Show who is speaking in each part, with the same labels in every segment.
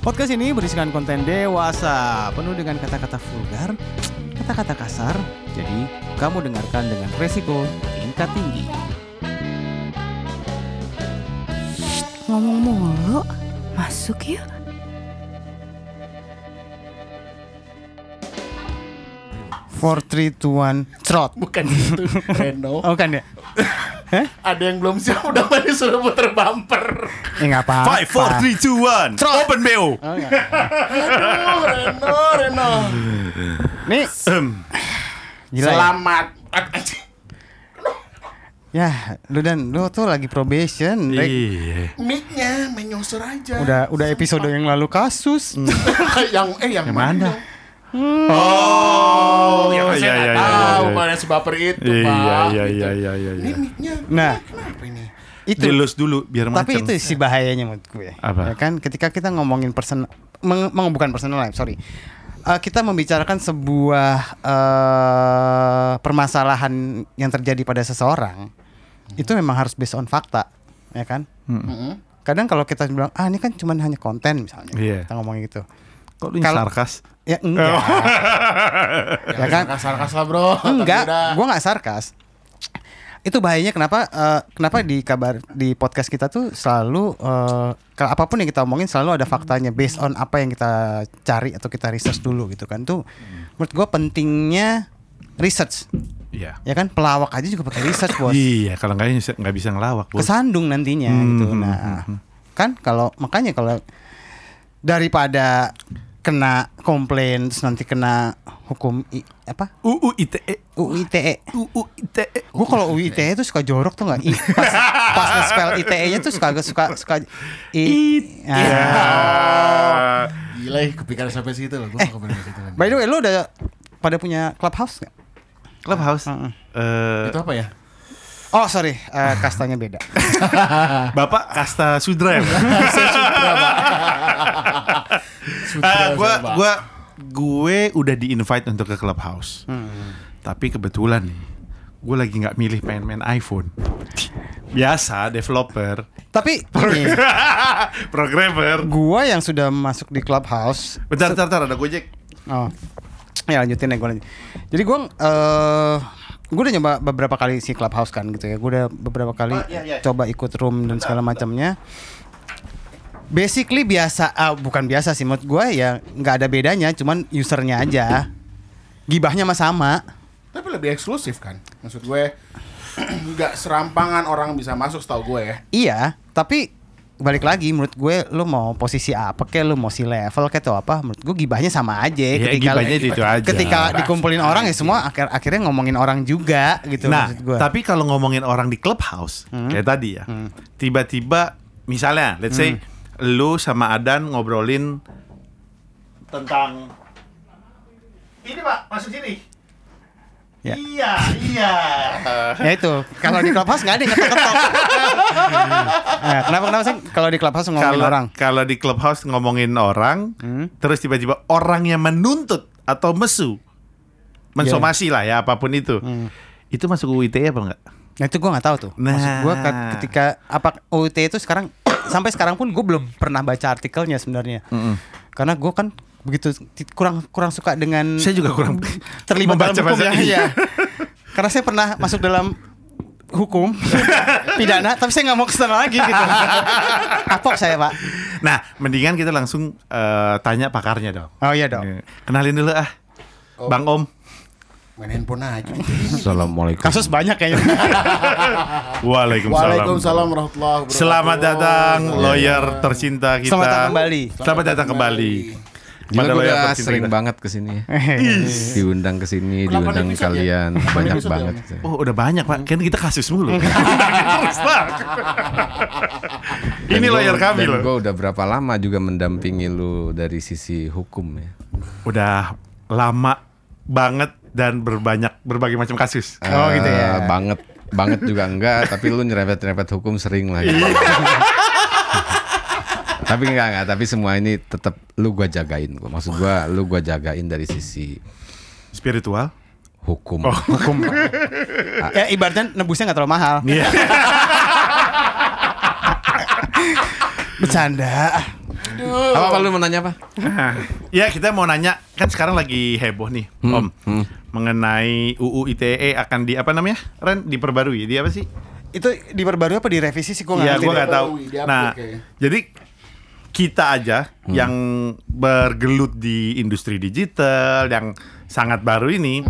Speaker 1: Podcast ini berisikan konten dewasa, penuh dengan kata-kata vulgar, kata-kata kasar. Jadi, kamu dengarkan dengan resiko tingkat tinggi.
Speaker 2: Ngomong mulu, masuk yuk.
Speaker 1: Four, three, two, one, trot.
Speaker 3: Bukan gitu, Reno.
Speaker 1: Oh, kan ya?
Speaker 3: Ada yang belum siap udah mandi sudah puter bumper.
Speaker 1: Eh, nggak apa-apa.
Speaker 4: Five, four, three, two, one. Open
Speaker 1: Oh,
Speaker 4: BO.
Speaker 1: nggak.
Speaker 3: Aduh, Reno, Reno.
Speaker 1: Nih,
Speaker 4: Em,
Speaker 1: gila ya.
Speaker 3: Selamat.
Speaker 1: Ya, lu dan lu tuh lagi probation, Rek.
Speaker 4: Iya.
Speaker 3: Mic-nya menyusur aja.
Speaker 1: Udah udah episode yang lalu kasus.
Speaker 3: yang eh yang,
Speaker 1: Yang mana?
Speaker 3: dong? Oh, yang saya
Speaker 4: iya, iya,
Speaker 3: nggak
Speaker 4: iya,
Speaker 3: tahu
Speaker 4: iya.
Speaker 3: karena sebaper itu,
Speaker 4: Iya,
Speaker 3: Pak.
Speaker 4: iya,
Speaker 3: Gitu.
Speaker 4: iya, iya, iya,
Speaker 3: Ini
Speaker 4: iya.
Speaker 3: mic-nya.
Speaker 1: Nah.
Speaker 3: kenapa ini?
Speaker 1: itu
Speaker 4: Dilus dulu biar
Speaker 1: tapi
Speaker 4: macem.
Speaker 1: itu sih bahayanya menurut gue. Ya
Speaker 4: Apa?
Speaker 1: kan ketika kita ngomongin personal meng, meng- bukan personal life, sorry. Eh, kita membicarakan sebuah eh, permasalahan yang terjadi pada seseorang
Speaker 4: Hmm.
Speaker 1: itu memang harus based on fakta, ya kan?
Speaker 3: Heeh.
Speaker 1: Kadang kalau kita bilang ah ini kan cuman hanya konten misalnya.
Speaker 4: Iya. Oh.
Speaker 1: Kita ngomongin gitu.
Speaker 4: Kok lu
Speaker 1: Kalau-
Speaker 4: sarkas?
Speaker 1: Ya enggak. ya kan?
Speaker 3: Sarkas-sarkas lah, Bro.
Speaker 1: Enggak,
Speaker 3: Tapi udah.
Speaker 1: gua nggak sarkas. Itu bahayanya kenapa eh, kenapa di kabar di podcast kita tuh selalu eh, kalau apapun yang kita omongin selalu ada faktanya based on apa yang kita cari atau kita research dulu gitu kan. Tuh menurut gua pentingnya research.
Speaker 4: Iya.
Speaker 1: Ya kan pelawak aja juga pakai research, Bos.
Speaker 4: Iya, kalau nggak bisa nggak bisa ngelawak, bos.
Speaker 1: Kesandung nantinya gitu.
Speaker 4: Hmm,
Speaker 1: Nah,
Speaker 4: hmm, hmm.
Speaker 1: kan kalau makanya kalau daripada kena komplain terus nanti kena hukum I- apa?
Speaker 4: UU ITE.
Speaker 1: UITE.
Speaker 4: UU ITE.
Speaker 1: Gue kalau UI ITE tuh suka jorok tuh gak? I, pas, pas nge-spell ITE-nya tuh suka suka suka I. Ah.
Speaker 3: Gila, ih, kepikiran sampai situ loh. Gua
Speaker 1: Eh.
Speaker 3: nggak gitu kepikiran sampai situ.
Speaker 1: By the way, lu udah pada punya clubhouse gak?
Speaker 4: Clubhouse.
Speaker 1: Heeh.
Speaker 4: Eh,
Speaker 3: Itu apa ya?
Speaker 1: Oh sorry, eh, kastanya beda.
Speaker 4: Bapak Kasta Sudra ya, Pak?
Speaker 1: Iya,
Speaker 4: Ah, gua gua gue udah di invite untuk ke clubhouse.
Speaker 1: Hmm.
Speaker 4: Tapi kebetulan nih, gue lagi nggak milih main-main iPhone. Biasa developer,
Speaker 1: Tapi ini,
Speaker 4: programmer.
Speaker 1: gua yang sudah masuk di clubhouse.
Speaker 4: Bentar, bentar, bentar ada Gojek.
Speaker 1: Oh, ya lanjutin ya gue lanjut. Jadi gue eh gue udah nyoba beberapa kali si clubhouse kan gitu ya. Gue udah beberapa kali
Speaker 4: Oh, iya, iya.
Speaker 1: coba ikut room dan segala macamnya. Basically biasa, ah, bukan biasa sih menurut gue ya nggak ada bedanya, cuman usernya aja. Gibahnya mah sama.
Speaker 3: Tapi lebih eksklusif kan? Maksud gue nggak serampangan orang bisa masuk setahu gue ya.
Speaker 1: Iya, tapi balik lagi menurut gue lu mau posisi apa kek lu mau si level kek atau apa menurut gue gibahnya sama aja
Speaker 4: Ya, gibahnya itu aja.
Speaker 1: ketika dikumpulin orang ya semua akhir akhirnya ngomongin orang juga gitu
Speaker 4: nah,
Speaker 1: maksud Hmm. gue.
Speaker 4: tapi kalau ngomongin orang di clubhouse kayak tadi ya, tiba-tiba misalnya, let's
Speaker 1: Hmm.
Speaker 4: say lu sama Adan ngobrolin tentang ini pak masuk sini.
Speaker 1: Ya.
Speaker 4: Iya, iya.
Speaker 1: ya itu kalau di clubhouse nggak ada yang ketok-ketok ya, kenapa kenapa sih kalau di clubhouse ngomongin
Speaker 4: Kalau
Speaker 1: orang Hmm.
Speaker 4: kalau di clubhouse ngomongin orang, terus tiba-tiba orang yang menuntut atau mesu, mensomasi
Speaker 1: Iya.
Speaker 4: lah ya apapun itu,
Speaker 1: Hmm.
Speaker 4: itu masuk UITE apa enggak?
Speaker 1: nah itu gue nggak tahu tuh maksud gue
Speaker 4: Nah.
Speaker 1: kat- ketika apa UT itu sekarang sampai sekarang pun gue belum pernah baca artikelnya sebenarnya karena gue kan begitu ti- kurang kurang suka dengan
Speaker 4: Saya juga kurang
Speaker 1: terlibat dalam
Speaker 4: membaca
Speaker 1: hukum ya,
Speaker 4: bahasa ini.
Speaker 1: Iya. karena saya pernah masuk dalam hukum pidana tapi saya nggak mau kesana lagi gitu kapok saya pak
Speaker 4: Nah, mendingan kita langsung eh, tanya pakarnya dong.
Speaker 1: oh iya dong
Speaker 4: Iya. Kenalin dulu ah.
Speaker 5: Oh.
Speaker 4: Bang Om.
Speaker 3: Main handphone aja.
Speaker 5: Assalamualaikum.
Speaker 1: kasus banyak kayaknya
Speaker 5: Ah.
Speaker 4: Waalaikumsalam.
Speaker 3: Waalaikumsalam warahmatullahi wabarakatuh.
Speaker 4: Selamat datang
Speaker 5: Iya.
Speaker 4: lawyer tercinta kita.
Speaker 1: Selamat datang kembali.
Speaker 4: Selamat, datang kembali.
Speaker 5: Gila
Speaker 4: Pada
Speaker 5: gue
Speaker 4: lawyer
Speaker 5: udah
Speaker 4: tercinta
Speaker 5: sering
Speaker 4: kita.
Speaker 5: banget ya. kesini ya, Diundang kesini, diundang
Speaker 3: episode
Speaker 5: kalian
Speaker 3: ya? Delapan
Speaker 5: Banyak
Speaker 3: episode
Speaker 5: banget
Speaker 3: ya?
Speaker 4: Oh, udah banyak, Pak. Kan kita kasus mulu. Terus, Pak.
Speaker 5: Dan
Speaker 4: Ini
Speaker 5: gua-
Speaker 4: lawyer kami
Speaker 5: Dan gue
Speaker 4: loh.
Speaker 5: udah berapa lama juga mendampingi lu dari sisi hukum ya
Speaker 4: Udah lama banget dan berbanyak berbagai macam kasus.
Speaker 1: Oh, gitu ya.
Speaker 5: Eh, Banget Banget juga enggak Tapi lu nyerempet-nyerempet hukum sering lah
Speaker 1: Iya.
Speaker 5: gitu. Tapi enggak, enggak Tapi semua ini tetap lu gua jagain gua. Maksud gua lu gua jagain dari sisi
Speaker 4: Spiritual.
Speaker 5: hukum
Speaker 1: ya ibaratnya nebusnya nggak terlalu mahal
Speaker 4: Iya.
Speaker 1: bercanda
Speaker 5: Apa apa lu mau nanya apa?
Speaker 4: ya kita mau nanya kan sekarang lagi heboh nih Om mengenai UU ITE E akan di apa namanya Ren diperbarui dia apa sih?
Speaker 1: Itu diperbarui apa direvisi sih gua nggak
Speaker 4: Iya
Speaker 1: ngerti
Speaker 4: gue
Speaker 1: deh.
Speaker 4: nggak tahu.
Speaker 3: Diperbarui, diupdate
Speaker 4: Nah
Speaker 3: kayaknya.
Speaker 4: jadi kita aja yang bergelut di industri digital yang sangat baru ini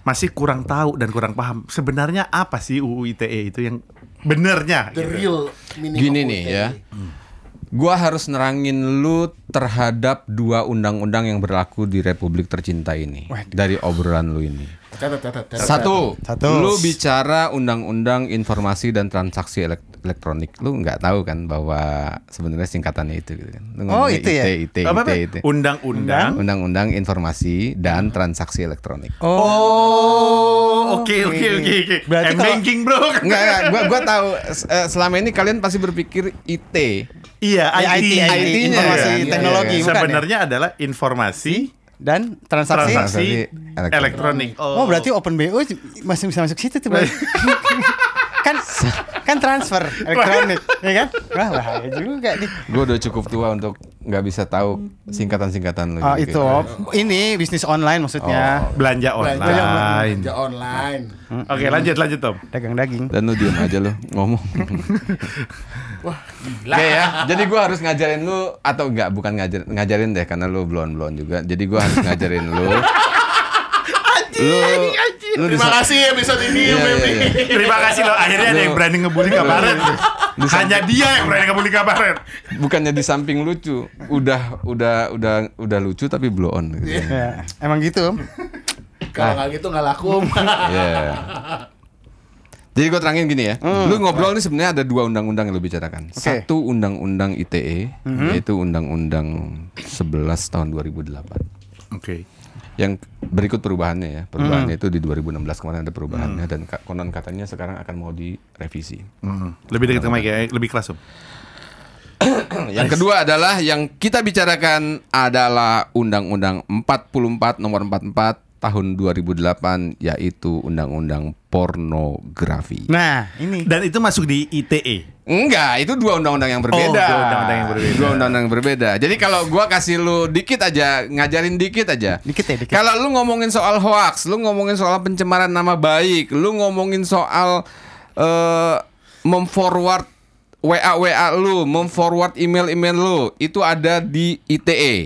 Speaker 4: masih kurang tahu dan kurang paham sebenarnya apa sih UU ITE E itu yang benernya?
Speaker 3: The
Speaker 4: gitu.
Speaker 3: real meaning
Speaker 5: Gini
Speaker 3: of
Speaker 5: nih
Speaker 3: UTE.
Speaker 5: ya.
Speaker 1: Hmm.
Speaker 5: Gua harus nerangin lu terhadap dua undang-undang yang berlaku di Republik tercinta ini dari obrolan lu ini.
Speaker 3: Catat, catat, catat.
Speaker 5: Satu,
Speaker 1: Satu.
Speaker 5: lu bicara undang-undang informasi dan transaksi elek- elektronik, lu nggak tahu kan bahwa sebenarnya singkatannya itu gitu kan? Lu
Speaker 1: Oh,
Speaker 5: ngomongnya
Speaker 1: itu ya?
Speaker 5: IT, IT,
Speaker 4: Apa, apa?
Speaker 5: IT, IT.
Speaker 4: Undang-undang
Speaker 5: Undang-undang
Speaker 1: Hmm.
Speaker 5: informasi dan transaksi elektronik.
Speaker 4: Oh, oke oke oke oke.
Speaker 1: Berarti
Speaker 4: M
Speaker 1: kalau-
Speaker 4: banking, Bro.
Speaker 5: Enggak, enggak, gua gua tahu S- eh, selama ini kalian pasti berpikir IT.
Speaker 4: Iya,
Speaker 1: Ya,
Speaker 4: IT,
Speaker 1: IT,
Speaker 4: IT,
Speaker 1: IT,
Speaker 5: informasi
Speaker 4: Iya, iya,
Speaker 5: teknologi,
Speaker 4: iya.
Speaker 1: bukan ya?
Speaker 4: Sebenarnya adalah informasi
Speaker 1: Dan transaksi.
Speaker 4: transaksi
Speaker 5: Transaksi
Speaker 4: elektronik.
Speaker 1: Oh, berarti open BO masih bisa masuk situ tuh, Bang. kan kan transfer elektronik, ya kan? Wah, bahaya juga nih.
Speaker 5: Gua udah cukup tua untuk nggak bisa tahu singkatan-singkatan lu.
Speaker 1: Oh,
Speaker 5: gitu.
Speaker 1: itu ini bisnis online maksudnya.
Speaker 4: belanja online.
Speaker 3: Belanja online. Belanja online.
Speaker 5: Hmm.
Speaker 4: Oke, lanjut lanjut, Tom.
Speaker 1: Dagang daging.
Speaker 5: Dan lu diem aja lu ngomong. Wah, ya. Jadi gua harus ngajarin lu atau enggak bukan ngajarin ngajarin deh karena lu blon-blon juga. Jadi gua harus ngajarin lu. lu, lu
Speaker 3: Terima
Speaker 5: disa-
Speaker 3: kasih ya, episode ini,
Speaker 5: Iya,
Speaker 3: Baby.
Speaker 5: iya, iya.
Speaker 4: Terima kasih loh. Akhirnya ada
Speaker 5: Lu-
Speaker 4: yang berani ngebully kabaret. Hanya dia yang berani ngebully kabaret.
Speaker 5: Bukannya di samping lucu, udah udah udah udah lucu tapi blow on gitu.
Speaker 1: Ya, emang gitu.
Speaker 5: Ah.
Speaker 3: Kalau nggak gitu nggak laku.
Speaker 5: Iya. Jadi gue terangin gini ya. Lu ngobrol ini sebenarnya ada dua undang-undang yang lu bicarakan.
Speaker 1: Oke.
Speaker 5: Satu undang-undang ITE, yaitu undang-undang 11 tahun 2008.
Speaker 4: Oke.
Speaker 5: Yang berikut perubahannya ya. Perubahannya itu di 2016 kemarin ada perubahannya dan ka- konon katanya sekarang akan mau direvisi.
Speaker 4: Lebih dekat ke mic ya, lebih kelas, Om.
Speaker 5: yang kedua adalah yang kita bicarakan adalah undang-undang 44 nomor 44 tahun 2008 yaitu undang-undang pornografi.
Speaker 1: Nah, ini
Speaker 4: Dan itu masuk di E. ITE.
Speaker 5: Enggak, itu dua undang-undang yang berbeda.
Speaker 4: Oh, dua undang-undang yang berbeda.
Speaker 5: Dua undang-undang yang berbeda. Jadi kalau gua kasih lu dikit aja, ngajarin dikit aja.
Speaker 1: Dikit ya, dikit.
Speaker 5: Kalau lu ngomongin soal hoax, lu ngomongin soal pencemaran nama baik, lu ngomongin soal eh memforward WA WA lu, memforward email email lu, itu ada di E. ITE.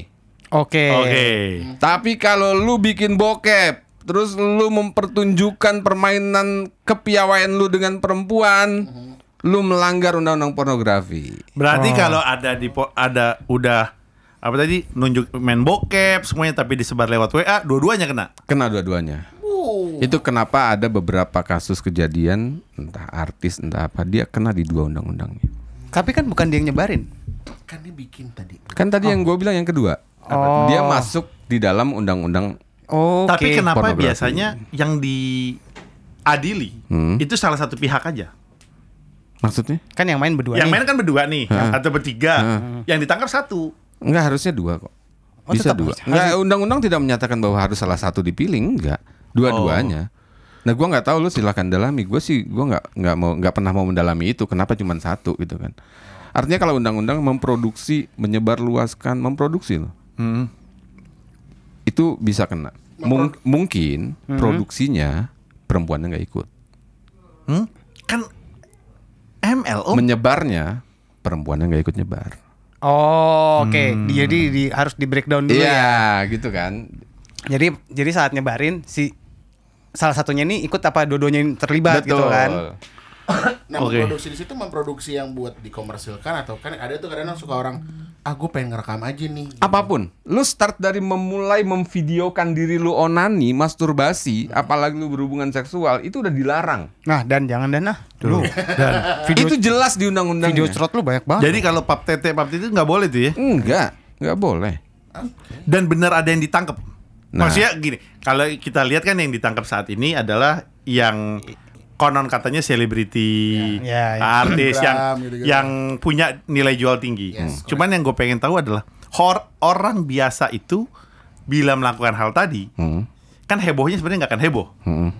Speaker 1: oke.
Speaker 4: Oke.
Speaker 5: Tapi kalau lu bikin bokep, terus lu mempertunjukkan permainan kepiawaian lu dengan perempuan, lu melanggar undang-undang pornografi.
Speaker 4: Berarti kalau ada di po- ada udah apa tadi nunjuk main bokep semuanya tapi disebar lewat WA, dua-duanya kena.
Speaker 5: Kena dua-duanya. Itu kenapa ada beberapa kasus kejadian entah artis entah apa dia kena di dua undang-undangnya.
Speaker 1: Tapi kan bukan dia yang nyebarin.
Speaker 3: Kan dia bikin tadi.
Speaker 5: Kan tadi yang gue bilang yang kedua,
Speaker 1: Oh.
Speaker 5: dia masuk di dalam undang-undang
Speaker 1: Oke.
Speaker 4: Tapi kenapa
Speaker 5: Pornografi.
Speaker 4: biasanya yang diadili
Speaker 5: Hmm.
Speaker 4: itu salah satu pihak aja?
Speaker 5: maksudnya?
Speaker 1: kan yang main berdua
Speaker 4: yang
Speaker 1: nih.
Speaker 4: main kan berdua nih atau bertiga, yang ditangkap satu.
Speaker 5: Enggak harusnya dua kok.
Speaker 1: Oh,
Speaker 5: Bisa
Speaker 1: tetap
Speaker 5: dua.
Speaker 1: harus-
Speaker 5: Enggak undang-undang tidak menyatakan bahwa harus salah satu dipilih, enggak. Dua-duanya.
Speaker 1: Oh.
Speaker 5: Nah, gua nggak tahu lu silakan dalami. Gua sih gua nggak nggak mau nggak pernah mau mendalami itu. Kenapa cuma satu gitu kan? Artinya kalau undang-undang memproduksi, menyebarluaskan, memproduksi loh.
Speaker 1: Hmm.
Speaker 5: Itu bisa kena. Mung- mungkin
Speaker 1: Hmm.
Speaker 5: produksinya perempuannya nggak ikut.
Speaker 4: Hmm? Kan MLO
Speaker 5: Menyebarnya perempuannya nggak ikut nyebar.
Speaker 1: Oh, oke. Jadi di- harus di breakdown dulu ya.
Speaker 5: Iya, gitu kan.
Speaker 1: Jadi jadi saat nyebarin si salah satunya nih ikut apa dua-duanya yang terlibat gitu kan.
Speaker 3: Nah,
Speaker 4: Oke.
Speaker 3: memproduksi di situ memproduksi yang buat dikomersilkan atau kan ada tuh kadang suka orang, ah gue pengen ngerekam aja nih.
Speaker 5: apapun lu start dari memulai memvideokan diri lu onani masturbasi apalagi lu berhubungan seksual itu udah dilarang
Speaker 1: Nah, dan jangan dan nah. Lu video
Speaker 5: itu jelas di undang-undang
Speaker 1: video cerot lu banyak banget.
Speaker 4: Jadi kalau pap tete pap tete itu nggak boleh tuh ya.
Speaker 5: enggak enggak boleh
Speaker 4: Dan benar ada yang ditangkap.
Speaker 5: Nah.
Speaker 4: Maksudnya gini, kalau kita lihat kan yang ditangkap saat ini adalah yang konon katanya selebriti,
Speaker 1: Ya, ya.
Speaker 4: artis yang
Speaker 3: Instagram, gitu-gitu.
Speaker 4: yang punya nilai jual tinggi. Hmm. Cuman yang gue pengen tahu adalah hor- orang biasa itu bila melakukan hal tadi
Speaker 5: Hmm.
Speaker 4: kan hebohnya sebenarnya nggak akan heboh.
Speaker 5: Hmm.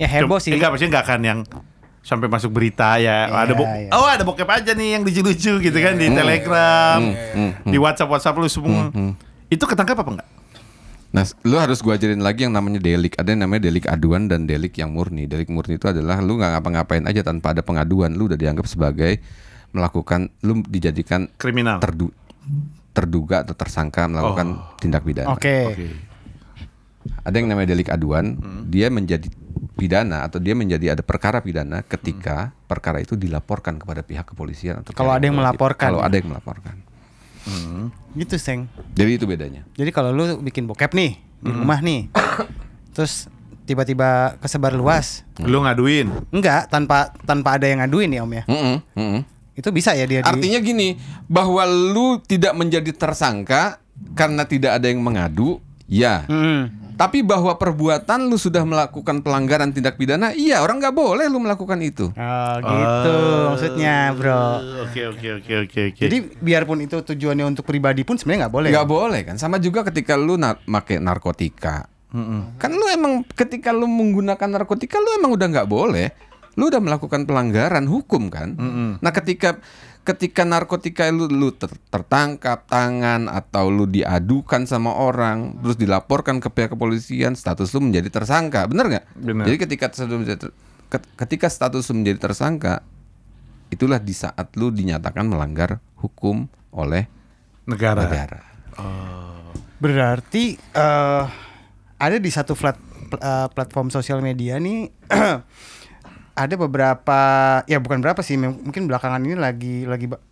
Speaker 1: ya heboh
Speaker 4: Cuma-
Speaker 1: sih.
Speaker 4: Enggak, maksudnya enggak akan yang sampai masuk berita ya
Speaker 1: Iya,
Speaker 4: ada bo-
Speaker 1: iya.
Speaker 4: oh ada bokep aja nih yang lucu-lucu gitu kan di Telegram,
Speaker 5: Hmm,
Speaker 4: di WhatsApp WhatsApp lu semua. Itu ketangkap apa enggak?
Speaker 5: Nah, lu harus gua ajarin lagi yang namanya delik. Ada yang namanya delik aduan dan delik yang murni. Delik murni itu adalah lu nggak ngapa-ngapain aja tanpa ada pengaduan. Lu udah dianggap sebagai melakukan, lu dijadikan
Speaker 4: Kriminal.
Speaker 5: terdu- terduga atau tersangka melakukan tindak pidana.
Speaker 1: Oke.
Speaker 5: Ada yang namanya delik aduan, dia menjadi pidana atau dia menjadi ada perkara pidana ketika perkara itu dilaporkan kepada pihak kepolisian atau
Speaker 1: Kalau
Speaker 5: pihak
Speaker 1: ada yang
Speaker 5: berwajib.
Speaker 1: melaporkan.
Speaker 5: Kalau ada yang melaporkan.
Speaker 1: Gitu, Seng.
Speaker 5: Jadi itu bedanya.
Speaker 1: Jadi kalau lu bikin bokep nih di rumah nih. terus tiba-tiba kesebar luas.
Speaker 4: Lu ngaduin.
Speaker 1: Enggak, tanpa tanpa ada yang ngaduin ya, Om ya.
Speaker 5: Mm-mm, mm-mm.
Speaker 1: Itu bisa ya dia di-
Speaker 5: Artinya gini, bahwa lu tidak menjadi tersangka karena tidak ada yang mengadu, ya.
Speaker 1: Mm-mm.
Speaker 5: Tapi bahwa perbuatan lu sudah melakukan pelanggaran tindak pidana, iya orang nggak boleh lu melakukan itu.
Speaker 1: Oh, gitu maksudnya, Bro.
Speaker 4: Eh, Oke oke oke oke oke.
Speaker 1: Jadi biarpun itu tujuannya untuk pribadi pun sebenarnya nggak boleh.
Speaker 5: Nggak boleh kan? Sama juga ketika lu na make narkotika, kan lu emang ketika lu menggunakan narkotika lu emang udah nggak boleh, lu udah melakukan pelanggaran hukum kan? Nah ketika ketika narkotika lu lu ter- tertangkap tangan atau lu diadukan sama orang terus dilaporkan ke pihak kepolisian status lu menjadi tersangka, bener nggak?
Speaker 4: Bener.
Speaker 5: Jadi ketika sebelum dia ter- ket- ketika status lu menjadi tersangka itulah di saat lu dinyatakan melanggar hukum oleh
Speaker 4: negara.
Speaker 5: negara.
Speaker 1: Berarti eh ada di satu flat pl- eh, platform sosial media nih ada beberapa ya bukan berapa sih mem- mungkin belakangan ini lagi lagi ba-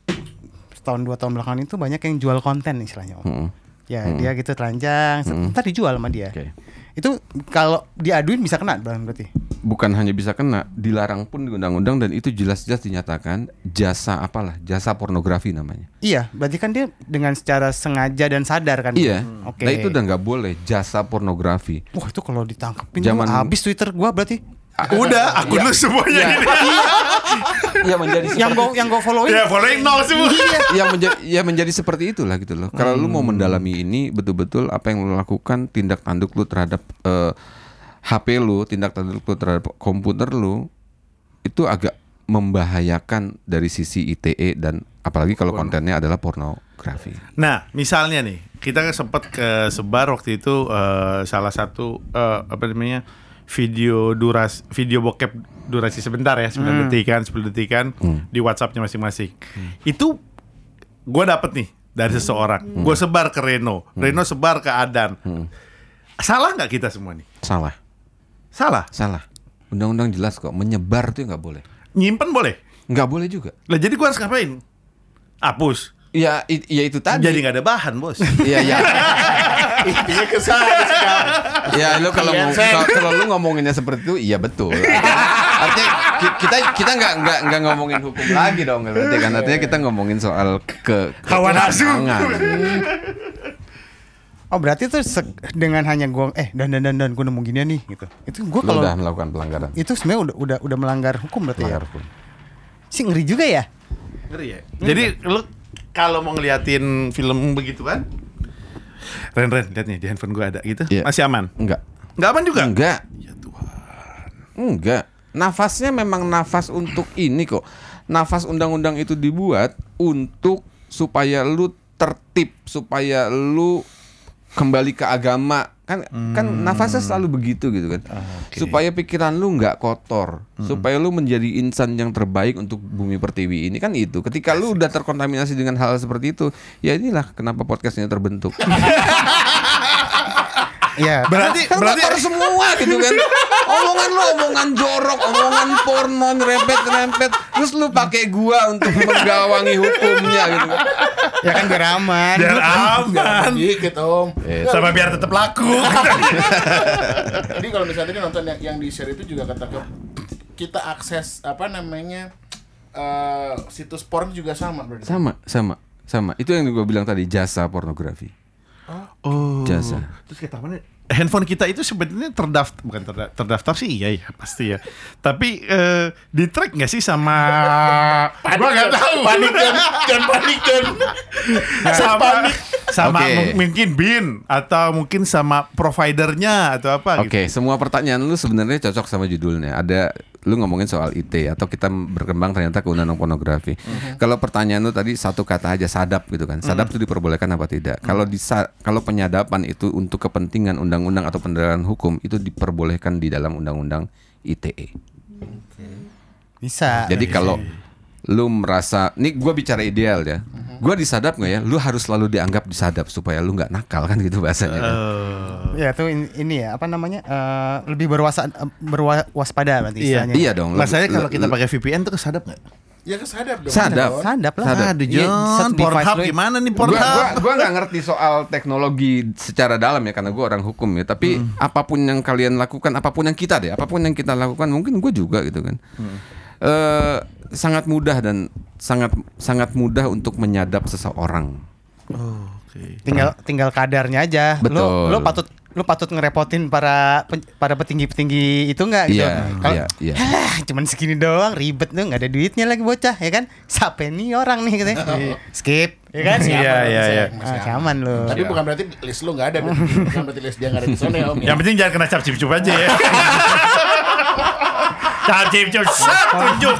Speaker 1: setahun dua tahun belakangan itu banyak yang jual konten istilahnya. Om.
Speaker 5: Mm-mm.
Speaker 1: Ya dia gitu telanjang, sebentar dijual sama dia.
Speaker 5: Hmm. Oke.
Speaker 1: Itu kalau diaduin bisa kena Bang, berarti.
Speaker 5: bukan hanya bisa kena, dilarang pun di undang-undang dan itu jelas-jelas dinyatakan jasa apalah, jasa pornografi namanya.
Speaker 1: Iya, berarti kan dia dengan secara sengaja dan sadar kan.
Speaker 5: Iya.
Speaker 1: Oke.
Speaker 5: Nah itu udah nggak boleh jasa pornografi.
Speaker 1: Wah itu kalau ditangkepin
Speaker 5: Zaman-
Speaker 1: habis Twitter gua berarti.
Speaker 4: Udah akun lu semuanya ini.
Speaker 5: Iya menjadi
Speaker 1: yang gua yang gua followin.
Speaker 4: Ya following nol semua.
Speaker 5: yang menjadi ya menjadi seperti itulah gitu loh. Kalau lu mau
Speaker 1: Hmm.
Speaker 5: mendalami ini betul-betul apa yang lu lakukan tindak tanduk lu terhadap eh, HP lu, tindak tanduk lu terhadap komputer lu itu agak membahayakan dari sisi ITE dan apalagi kalau kontennya adalah pornografi.
Speaker 4: Nah, misalnya nih, kita sempat ke sebar waktu itu eh, salah satu eh, apa namanya? video duras video bokep durasi sebentar ya, 9 detikan, 10 detikan kan, di WhatsAppnya masing-masing. Itu gua dapet nih dari seseorang. Gua sebar ke Reno, Reno sebar ke Adan. Salah nggak kita semua nih?
Speaker 5: Salah.
Speaker 4: Salah.
Speaker 5: Salah. Undang-undang jelas kok. Menyebar tuh nggak boleh.
Speaker 4: Nyimpen boleh.
Speaker 5: Nggak boleh juga.
Speaker 4: Lah jadi gua harus ngapain? Hapus.
Speaker 5: Ya, i- ya itu tadi.
Speaker 4: Jadi nggak ada bahan, Bos.
Speaker 5: Iya, iya.
Speaker 3: Intinya ke sana sih, Kak.
Speaker 5: Ya, lu kalau ngom- kalau- kalau lu ngomonginnya seperti itu, iya betul. Artinya ki- kita kita nggak nggak nggak ngomongin hukum lagi dong berarti kan artinya kita ngomongin soal ke
Speaker 4: Hawa nafsu.
Speaker 5: ketenangan.
Speaker 1: Oh berarti tuh se- dengan hanya gua eh dan dan dan dan gua nemu ginian nih gitu. Itu gua
Speaker 5: Lu
Speaker 1: kalau Iya.
Speaker 5: udah melakukan pelanggaran.
Speaker 1: itu sebenarnya udah udah udah melanggar hukum berarti
Speaker 5: Pelanggar
Speaker 1: ya.
Speaker 5: hukum.
Speaker 1: Sih ngeri juga ya.
Speaker 4: Ngeri ya? Jadi lu kalau mau ngeliatin film begitu kan Ren Ren lihat nih di handphone gue ada gitu
Speaker 5: Iya.
Speaker 4: masih aman
Speaker 5: Enggak.
Speaker 4: nggak aman juga
Speaker 5: Enggak. Enggak. Nafasnya memang nafas untuk ini kok. Nafas undang-undang itu dibuat untuk supaya lu tertib, supaya lu kembali ke agama. Kan kan nafasnya selalu begitu gitu kan. Supaya pikiran lu nggak kotor, supaya lu menjadi insan yang terbaik untuk bumi pertiwi ini kan itu. Ketika lu udah terkontaminasi dengan hal seperti itu, ya inilah kenapa podcastnya terbentuk.
Speaker 4: Ah.
Speaker 1: Iya.
Speaker 4: berarti
Speaker 5: kan
Speaker 4: berarti
Speaker 5: kotor semua gitu kan omongan lu omongan jorok omongan porno rempet rempet terus lu pakai gua untuk menggawangi hukumnya gitu kan.
Speaker 1: ya kan biar aman.
Speaker 4: biar aman
Speaker 3: Dikit om.
Speaker 4: Eh, sama biar tetap laku
Speaker 3: Jadi kalau misalnya tadi nonton yang, yang di share itu juga ketangkep kita akses apa namanya eh, situs porn juga sama berarti.
Speaker 5: sama sama sama itu yang gua bilang tadi jasa pornografi
Speaker 4: oh
Speaker 5: Jasa.
Speaker 4: terus kata mana handphone kita itu sebenarnya terdaftar bukan terda- terdaftar sih iya ya pasti ya tapi eh, di track nggak sih sama gue nggak tahu
Speaker 3: Panik dan dan panik kan? dan
Speaker 4: sama sama
Speaker 5: Oke.
Speaker 4: mung- mungkin bin atau mungkin sama providernya atau apa gitu
Speaker 5: oke semua pertanyaan lu sebenarnya cocok sama judulnya ada lu ngomongin soal IT atau kita berkembang ternyata ke undang-undang pornografi.
Speaker 4: Mhm.
Speaker 5: Kalau pertanyaan lu tadi satu kata aja sadap gitu kan. Sadap itu diperbolehkan apa tidak? Kalau
Speaker 4: Mhm.
Speaker 5: disa- kalau penyadapan itu untuk kepentingan undang-undang atau penerapan hukum itu diperbolehkan di dalam undang-undang ITE.
Speaker 4: Ah,
Speaker 1: Bisa.
Speaker 4: iya,
Speaker 5: Jadi kalau lu merasa nih gua bicara ideal ya.
Speaker 4: Mhm.
Speaker 5: Gua disadap nggak ya? Lu harus selalu dianggap disadap supaya lu nggak nakal kan gitu bahasanya.
Speaker 4: Eh,
Speaker 5: kan.
Speaker 1: ya itu in- ini ya apa namanya eh, lebih berwasa eh, berwaspada berarti
Speaker 4: Iya.
Speaker 1: istilahnya.
Speaker 5: Iya dong. lu-
Speaker 4: Masalahnya kalau
Speaker 5: lu-
Speaker 4: kita
Speaker 5: lu-
Speaker 4: pakai VPN tuh kesadap nggak?
Speaker 3: Ya kesadap dong.
Speaker 5: Sadap.
Speaker 3: Dong.
Speaker 1: Sadap lah.
Speaker 5: Sadap.
Speaker 4: Aduh
Speaker 1: Iya,
Speaker 4: John,
Speaker 1: satu device
Speaker 4: Pornhub
Speaker 1: lu-
Speaker 4: gimana nih
Speaker 5: gua gua,
Speaker 4: Pornhub?
Speaker 5: gua nggak ngerti soal teknologi secara dalam ya karena gua orang hukum ya tapi
Speaker 1: Hmm.
Speaker 5: apapun yang kalian lakukan apapun yang kita deh apapun yang kita lakukan mungkin gue juga gitu kan
Speaker 1: Hmm.
Speaker 5: Eh, sangat mudah dan sangat sangat mudah untuk menyadap seseorang
Speaker 4: Oh, Oke.
Speaker 1: Tinggal tinggal kadarnya aja.
Speaker 5: Betul.
Speaker 1: Lu, lu patut lu patut ngerepotin para pen- para petinggi-petinggi itu enggak gitu.
Speaker 5: iya
Speaker 1: Kalau-
Speaker 5: iya iya
Speaker 1: Halah, cuman segini doang ribet tuh nggak ada duitnya lagi bocah ya kan Siapa nih orang nih katanya skip ya kan
Speaker 4: Iya, iya, iya.
Speaker 1: Ah, aman lu
Speaker 3: Tapi bukan berarti list lu nggak ada. Beb. bukan berarti list dia nggak ada di sana ya Om. ya?
Speaker 4: Yang penting jangan kena cap cip cup aja ya. cap cip cup sat, tunjuk.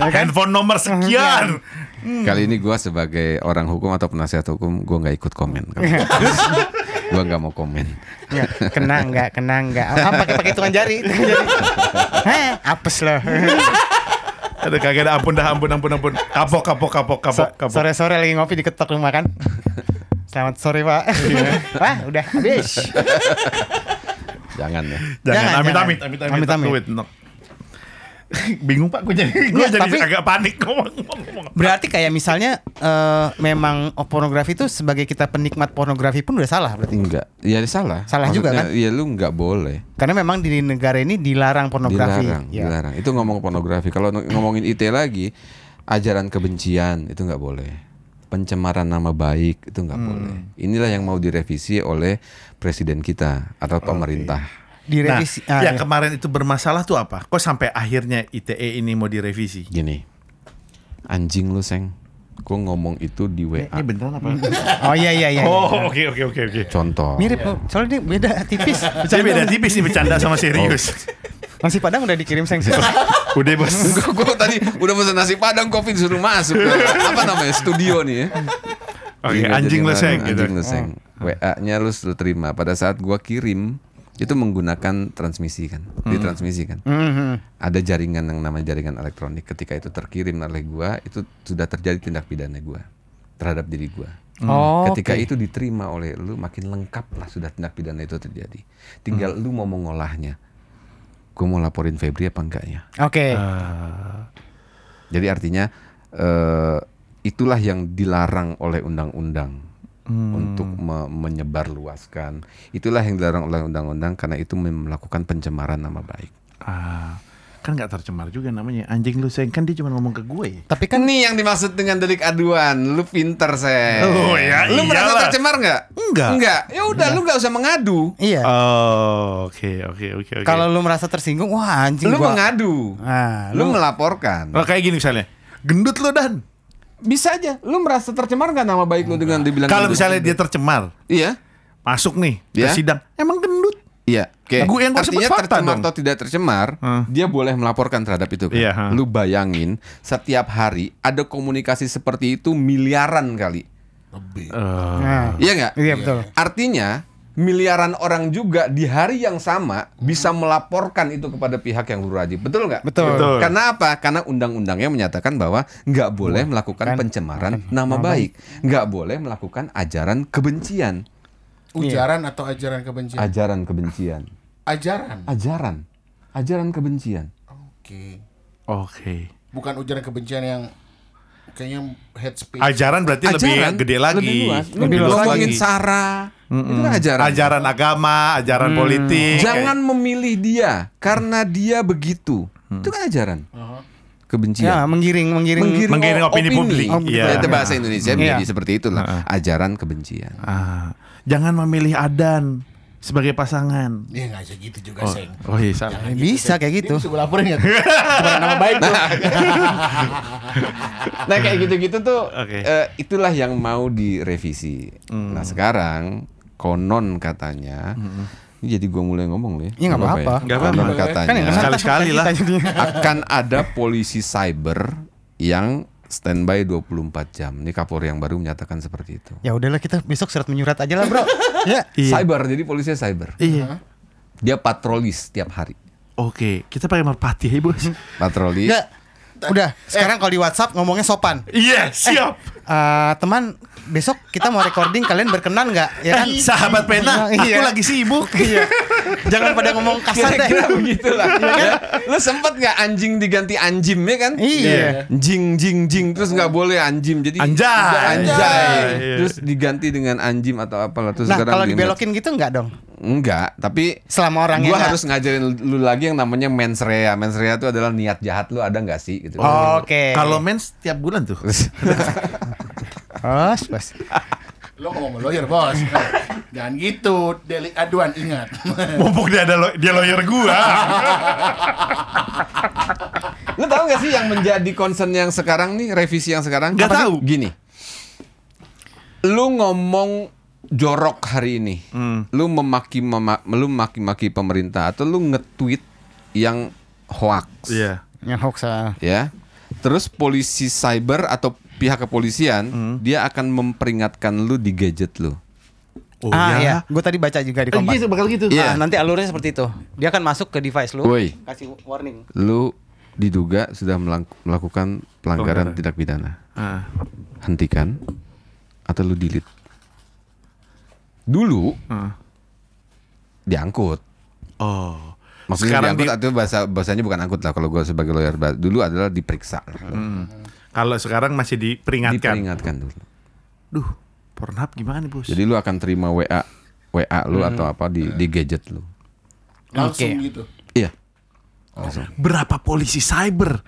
Speaker 4: Handphone nomor sekian.
Speaker 1: Hmm.
Speaker 5: kali ini gua sebagai orang hukum atau penasihat hukum gua nggak ikut komen gua nggak mau komen
Speaker 1: Ya, kena nggak kena nggak ah, pakai pakai hitungan jari hitungan jari. Hah, apes lo
Speaker 4: Ada kagak ada ampun dah ampun ampun ampun. Kapok kapok kapok kapok kapok.
Speaker 1: sore sore lagi ngopi diketok rumah kan selamat sore pak wah udah habis
Speaker 5: jangan ya
Speaker 1: Jangan, jangan.
Speaker 4: Jangan, amit amit amit amit
Speaker 1: Amit-amit.
Speaker 4: amit. Bingung Pak, gue jadi gue
Speaker 1: Nggak,
Speaker 4: jadi
Speaker 1: tapi-
Speaker 4: agak panik ngomong ngomong. ngomong.
Speaker 1: berarti kayak misalnya eh, memang pornografi itu sebagai kita penikmat pornografi pun udah salah berarti
Speaker 5: enggak ya salah
Speaker 1: Salah juga, kan?
Speaker 5: ya lu nggak boleh
Speaker 1: karena memang di negara ini dilarang pornografi
Speaker 5: Dilarang,
Speaker 1: Ya.
Speaker 5: dilarang. Itu ngomong pornografi. Kalau no- ngomongin IT lagi, ajaran kebencian itu nggak boleh. Pencemaran nama baik itu
Speaker 1: Hmm.
Speaker 5: nggak boleh. Inilah yang mau direvisi oleh presiden kita atau pemerintah.
Speaker 4: Nah,
Speaker 1: direvisi ah,
Speaker 4: yang
Speaker 1: iya.
Speaker 4: kemarin itu bermasalah tuh apa? Kok sampai akhirnya ITE ini mau direvisi?
Speaker 5: Gini, anjing lu seng, gua ngomong itu di WA.
Speaker 4: beneran apa?
Speaker 1: oh iya iya iya iya.
Speaker 4: Oh, oke oke oke oke.
Speaker 5: Contoh.
Speaker 1: Mirip loh, soalnya dia beda tipis.
Speaker 4: Jadi
Speaker 1: Bercanda
Speaker 4: beda
Speaker 1: udah-
Speaker 4: tipis nih bercanda sama serius.
Speaker 1: Nasi Padang udah dikirim seng.
Speaker 4: Hmm, Udah bos.
Speaker 5: Gua- gua tadi udah pesen nasi padang, kopi disuruh masuk. ke, apa namanya studio nih ya?
Speaker 4: Oke,
Speaker 5: Iya,
Speaker 4: anjing
Speaker 5: jadi
Speaker 4: lu
Speaker 5: orang
Speaker 4: seng gitu.
Speaker 5: Anjing lu seng. WA-nya lu sudah terima. Pada saat gua kirim itu menggunakan transmisi kan,
Speaker 4: Hmm.
Speaker 5: ditransmisi kan. Ada jaringan yang namanya jaringan elektronik. Ketika itu terkirim oleh gua, itu sudah terjadi tindak pidana gua terhadap diri gua.
Speaker 1: Oh,
Speaker 5: Ketika
Speaker 1: oke.
Speaker 5: itu diterima oleh lu makin lengkap lah sudah tindak pidana itu terjadi. Tinggal
Speaker 4: Hmm.
Speaker 5: lu mau mengolahnya. Gua mau laporin Febri apa enggak ya?
Speaker 1: Oke.
Speaker 5: Jadi artinya eh, itulah yang dilarang oleh undang-undang
Speaker 4: Hmm.
Speaker 5: untuk me- menyebarluaskan. Itulah yang dilarang oleh undang-undang karena itu mem- melakukan pencemaran nama baik.
Speaker 4: Ah, kan nggak tercemar juga namanya anjing lu seng kan dia cuma ngomong ke gue. ya.
Speaker 1: Tapi kan
Speaker 5: Ini yang dimaksud dengan delik aduan. Lu pinter, saya.
Speaker 4: Oh, ya
Speaker 5: lu merasa
Speaker 4: iyalah.
Speaker 5: tercemar nggak?
Speaker 4: Enggak.
Speaker 5: Enggak. Ya udah, lu nggak usah mengadu.
Speaker 1: iya.
Speaker 4: Oh, oke oke oke oke.
Speaker 1: Kalau lu merasa tersinggung, wah
Speaker 4: Iya,
Speaker 1: anjing
Speaker 5: Lu
Speaker 1: gua.
Speaker 5: mengadu.
Speaker 1: Ah,
Speaker 5: lu,
Speaker 1: lu-
Speaker 5: melaporkan.
Speaker 4: Oh, kayak gini misalnya. Gendut lu dan.
Speaker 5: Bisa aja. Lu merasa tercemar nggak nama baik lu dengan dibilang gitu?
Speaker 4: Kalau
Speaker 5: gendut?
Speaker 4: misalnya dia tercemar,
Speaker 5: Iya.
Speaker 4: masuk nih
Speaker 5: Iya.
Speaker 4: ke sidang. Emang gendut.
Speaker 5: Iya, oke.
Speaker 4: Gua- yang gua
Speaker 5: Artinya
Speaker 4: sebut fakta
Speaker 5: tercemar
Speaker 4: dong.
Speaker 5: atau tidak tercemar,
Speaker 4: Hmm.
Speaker 5: dia boleh melaporkan terhadap itu. Kan?
Speaker 4: Iya, ha.
Speaker 5: Lu bayangin setiap hari ada komunikasi seperti itu miliaran kali,
Speaker 3: Lebih.
Speaker 1: Nah.
Speaker 5: iya nggak?
Speaker 1: Iya betul.
Speaker 5: Artinya miliaran orang juga di hari yang sama bisa melaporkan itu kepada pihak yang berwajib, betul nggak?
Speaker 1: Betul.
Speaker 4: Betul.
Speaker 5: Karena apa? Karena undang-undangnya menyatakan bahwa nggak boleh melakukan pencemaran kan. nama baik, nggak boleh melakukan ajaran kebencian,
Speaker 3: Ujaran atau ajaran
Speaker 5: Iya.
Speaker 3: kebencian?
Speaker 5: ajaran kebencian,
Speaker 3: ajaran.
Speaker 5: ajaran, ajaran kebencian.
Speaker 3: Oke.
Speaker 4: Oke.
Speaker 3: Bukan ujaran kebencian yang kayaknya head speech.
Speaker 4: Ajaran berarti
Speaker 5: Ajaran,
Speaker 4: lebih gede lagi.
Speaker 5: lebih luas. Lu
Speaker 1: Lebih luas
Speaker 5: ngomongin sara itu kan ajaran
Speaker 4: ajaran agama, ajaran politik.
Speaker 5: jangan memilih dia karena dia begitu itu kan ajaran
Speaker 1: Ya,
Speaker 3: Uh-huh.
Speaker 5: kebencian
Speaker 1: menggiring menggiring.
Speaker 4: Menggiring
Speaker 5: o-
Speaker 4: opini publik.
Speaker 1: Opini
Speaker 5: Ya, itu
Speaker 4: Iya.
Speaker 5: bahasa Indonesia menjadi
Speaker 1: Iya.
Speaker 5: seperti itulah ajaran kebencian
Speaker 4: Ah, jangan memilih Adan sebagai pasangan.
Speaker 3: Dia nggak bisa gitu juga,
Speaker 4: Oh,
Speaker 3: Seng.
Speaker 4: oh iya salah.
Speaker 3: Jangan
Speaker 1: Bisa
Speaker 3: Seng.
Speaker 1: kayak
Speaker 3: Dia
Speaker 1: gitu.
Speaker 3: bisa gue laporin nggak tuh? Sebagai nama baik tuh.
Speaker 5: nah kayak gitu-gitu tuh
Speaker 4: Oke.
Speaker 5: eh, itulah
Speaker 1: Mm.
Speaker 5: yang mau direvisi nah sekarang konon katanya Ini jadi gua mulai ngomong loh ya.
Speaker 1: Iya, nggak apa-apa.
Speaker 5: ya?
Speaker 4: Nggak apa-apa.
Speaker 5: Konon katanya
Speaker 1: Kan yang kena
Speaker 4: Sekali-sekali
Speaker 1: kita
Speaker 4: lah.
Speaker 1: jadinya.
Speaker 5: akan ada polisi cyber yang standby 24 jam. Ini Kapolri yang baru menyatakan seperti itu.
Speaker 1: Ya udahlah kita besok surat menyurat aja lah bro. ya.
Speaker 5: Cyber, jadi polisinya cyber.
Speaker 4: Iya.
Speaker 5: Dia patroli setiap hari.
Speaker 4: Oke, kita pakai merpati ya, Bos.
Speaker 5: Patroli.
Speaker 1: Enggak. Udah. Sekarang kalau di WhatsApp ngomongnya sopan.
Speaker 4: Iya, siap.
Speaker 1: Eh, teman, besok kita mau recording kalian berkenan nggak? Ya kan?
Speaker 4: Sahabat pena,
Speaker 1: Iya.
Speaker 4: aku lagi sibuk.
Speaker 1: Iya. Jangan pada ngomong kasar deh. Iya,
Speaker 5: Kira-kira begitulah. Ya kan? Lu sempet nggak anjing diganti anjim ya kan?
Speaker 1: Iya.
Speaker 5: Jing jing jing terus nggak boleh anjim jadi
Speaker 4: Anjay.
Speaker 5: udah anjay.
Speaker 4: Anjay.
Speaker 5: terus diganti dengan anjim atau apalah terus
Speaker 1: Nah
Speaker 5: sekarang
Speaker 1: kalau
Speaker 5: di-
Speaker 1: dibelokin gitu nggak dong?
Speaker 5: enggak tapi
Speaker 1: Selama orang
Speaker 5: gua
Speaker 1: yang-
Speaker 5: harus ngajarin lu lagi yang namanya mens rea mens rea itu adalah niat jahat lu ada nggak sih
Speaker 1: Oke.
Speaker 5: gitu
Speaker 4: Oh, iya. Kalau mens tiap bulan tuh.
Speaker 1: Oh, bos.
Speaker 3: Lo ngomong lawyer bos. Eh, Jangan gitu, delik aduan ingat.
Speaker 4: Mumpung dia ada lo- dia lawyer gua.
Speaker 5: Lu tahu gak sih yang menjadi concern yang sekarang nih, revisi yang sekarang?
Speaker 4: Nggak
Speaker 5: Apa sih?
Speaker 4: tahu.
Speaker 5: Gini. Lu ngomong jorok hari ini. Lu memaki mema- lu maki-maki pemerintah atau lu nge-tweet yang hoax.
Speaker 4: Iya.
Speaker 1: Yang hoax ah.
Speaker 5: Ya. Terus polisi cyber atau pihak kepolisian dia akan memperingatkan lu di gadget lu.
Speaker 4: Oh
Speaker 1: ah
Speaker 4: iya.
Speaker 1: iya. Gue tadi baca juga di kompas.
Speaker 4: bakal gitu.
Speaker 1: Iya.
Speaker 5: Iya.
Speaker 1: nanti alurnya seperti itu. Dia akan masuk ke device lu.
Speaker 5: Woi.
Speaker 1: Kasih warning.
Speaker 5: Lu diduga sudah melangk- melakukan pelanggaran
Speaker 4: Pelanggaran.
Speaker 5: tidak pidana.
Speaker 4: Ah.
Speaker 5: hentikan atau lu delete. Dulu
Speaker 4: Ah.
Speaker 5: diangkut.
Speaker 4: Oh.
Speaker 5: Maksudnya
Speaker 4: Sekarang
Speaker 5: diangkut
Speaker 4: di-
Speaker 5: atau bahasa bahasanya bukan angkut lah kalau gue sebagai lawyer bah- dulu adalah diperiksa.
Speaker 4: Hmm. Kalau sekarang masih diperingatkan.
Speaker 5: Diperingatkan dulu.
Speaker 4: Duh, Pornhub gimana nih, Bos?
Speaker 5: Jadi lu akan terima WA WA
Speaker 4: Hmm.
Speaker 5: lu atau apa di di gadget lu.
Speaker 3: Langsung
Speaker 1: Oke.
Speaker 3: gitu.
Speaker 5: Iya.
Speaker 4: berapa polisi cyber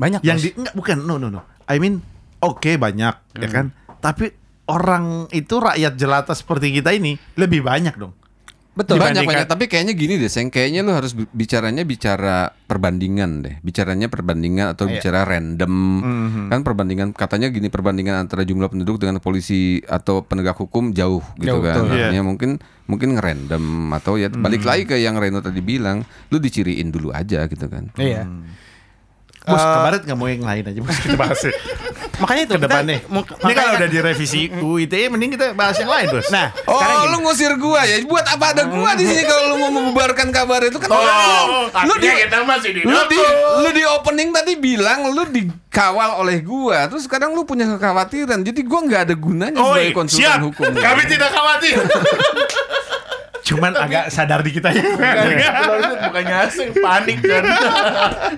Speaker 1: Banyak.
Speaker 4: yang
Speaker 1: Bos.
Speaker 4: di enggak bukan no no no. I mean oke banyak ya kan. Tapi orang itu rakyat jelata seperti kita ini lebih banyak dong.
Speaker 1: betul.
Speaker 5: banyak
Speaker 4: Dibandingkan-
Speaker 5: banyak tapi kayaknya gini deh, Seng. Kayaknya lu harus bi- bicaranya bicara perbandingan deh. Bicaranya perbandingan
Speaker 4: Iya.
Speaker 5: atau bicara random.
Speaker 4: Mhm.
Speaker 5: Kan perbandingan katanya gini perbandingan antara jumlah penduduk dengan polisi atau penegak hukum jauh gitu
Speaker 1: Jauh,
Speaker 4: betul.
Speaker 5: kan. Artinya
Speaker 4: Iya. Mhm.
Speaker 5: mungkin mungkin ngerandom atau ya balik lagi ke yang Reno tadi bilang, lu diciriin dulu aja gitu kan.
Speaker 1: Iya.
Speaker 4: Bos, kemarin nggak mau yang lain aja bos Eh, kita bahas ya.
Speaker 1: Makanya itu
Speaker 4: ke depannya.
Speaker 1: Kita, muk-
Speaker 4: Ini kalau
Speaker 1: makanya-
Speaker 4: udah direvisi UU ITE mending kita bahas yang lain bos.
Speaker 1: Nah,
Speaker 5: Oh,
Speaker 1: sekarang gini.
Speaker 5: lu ngusir gua ya? Buat apa ada gua di sini kalau lu mau membubarkan kabar itu kan? orang- lu
Speaker 3: akhirnya
Speaker 5: di-
Speaker 3: kita masih di
Speaker 5: lu di lu di opening tadi bilang lu dikawal oleh gua terus kadang lu punya kekhawatiran jadi gua nggak ada gunanya sebagai
Speaker 4: Oi,
Speaker 5: konsultan
Speaker 4: siap.
Speaker 5: hukum
Speaker 3: Kami tidak khawatir.
Speaker 4: Cuman agak sadar ya. dikit aja.
Speaker 3: Kalau itu mukanya asing panik kan.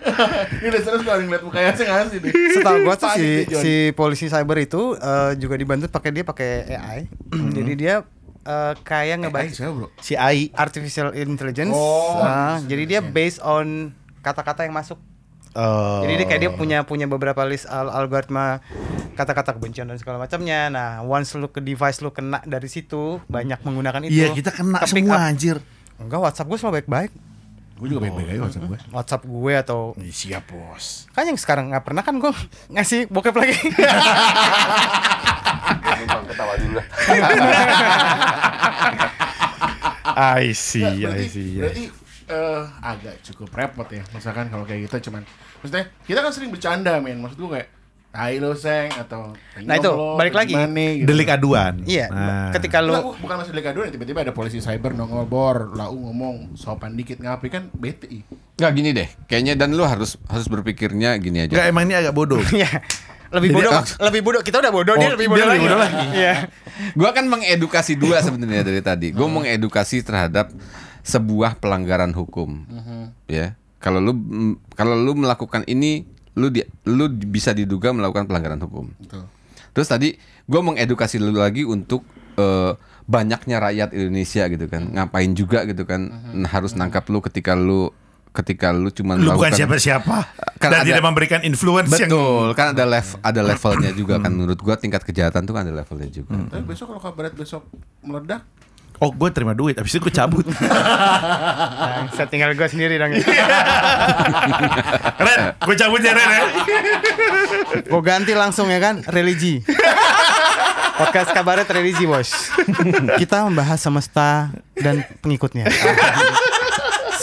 Speaker 3: Ini listeners kalau ngeliat mukanya asing asing nih.
Speaker 1: setahu gua tuh si
Speaker 3: Panik, John.
Speaker 1: si polisi cyber itu eh, juga dibantu pakai dia pakai AI.
Speaker 4: Hmm.
Speaker 1: Jadi dia eh, kayak ngebaca
Speaker 3: siapa, bro?
Speaker 1: si AI artificial intelligence.
Speaker 3: Oh,
Speaker 1: Nah, jadi dia based on kata-kata yang masuk.
Speaker 4: Oh.
Speaker 1: Jadi dia kayak dia punya punya beberapa list al- algoritma kata-kata kebencian dan segala macamnya. Nah, once lu ke device lu kena dari situ banyak menggunakan itu.
Speaker 4: Iya kita kena
Speaker 1: Ke-pick up.
Speaker 4: semua anjir.
Speaker 1: Enggak WhatsApp gue selalu baik-baik.
Speaker 3: Gue juga baik-baik aja WhatsApp gue.
Speaker 1: WhatsApp gue atau
Speaker 4: Iya.
Speaker 3: Siap bos.
Speaker 1: kan yang sekarang nggak pernah kan gue ngasih bokep lagi.
Speaker 4: I see,
Speaker 3: Iya,
Speaker 4: I
Speaker 3: berarti,
Speaker 4: see. I
Speaker 3: berarti eh, agak cukup repot ya. Misalkan kalau kayak gitu cuman maksudnya kita kan sering bercanda men. Maksud gue kayak Tai lo seng atau
Speaker 1: Nah, itu, balik lagi.
Speaker 3: gitu.
Speaker 4: see. Delik aduan.
Speaker 1: gitu. Iya,
Speaker 4: Nah.
Speaker 1: ketika lu
Speaker 3: Kalau bukan masih delik aduan tiba-tiba ada polisi cyber nongol bor, lau ngomong sopan dikit ngapain kan BTI.
Speaker 5: nggak gini deh kayaknya dan lu harus harus berpikirnya gini
Speaker 4: Enggak
Speaker 5: aja
Speaker 4: emang ini agak bodoh.
Speaker 1: Iya. Lebih
Speaker 4: Jadi,
Speaker 1: bodoh,
Speaker 4: ah.
Speaker 1: lebih bodoh. Kita udah bodoh, dia
Speaker 4: Oh,
Speaker 1: lebih
Speaker 4: dia
Speaker 1: bodoh
Speaker 4: lebih
Speaker 1: lagi.
Speaker 4: bodoh lagi.
Speaker 1: Iya.
Speaker 5: gua kan mengedukasi dua sebenarnya dari tadi gua mengedukasi terhadap sebuah pelanggaran hukum ya kalau lu mm, kalau lu melakukan ini lu di- lu bisa diduga melakukan pelanggaran hukum
Speaker 3: Betul.
Speaker 5: Terus tadi gue mengedukasi lu lagi untuk eh, banyaknya rakyat Indonesia gitu kan, ngapain juga gitu kan, Nah, harus nangkap lu ketika lu ketika lu cuma
Speaker 4: Lu bukan siapa-siapa
Speaker 5: Kan
Speaker 4: dan
Speaker 5: ada-
Speaker 4: tidak memberikan influence yang
Speaker 5: Betul, kan ada level ada levelnya juga kan menurut gua tingkat kejahatan tuh kan ada levelnya juga.
Speaker 3: Tapi besok kalau kabaret besok meledak
Speaker 4: Oh, gue terima duit, habis itu gue cabut.
Speaker 1: Nah, Saya tinggal gue sendiri dong.
Speaker 4: Ren, gue cabut ya Ren. ya.
Speaker 1: Gue ganti langsung ya kan, religi. Podcast kabarnya tradisi bos. Kita membahas semesta dan pengikutnya.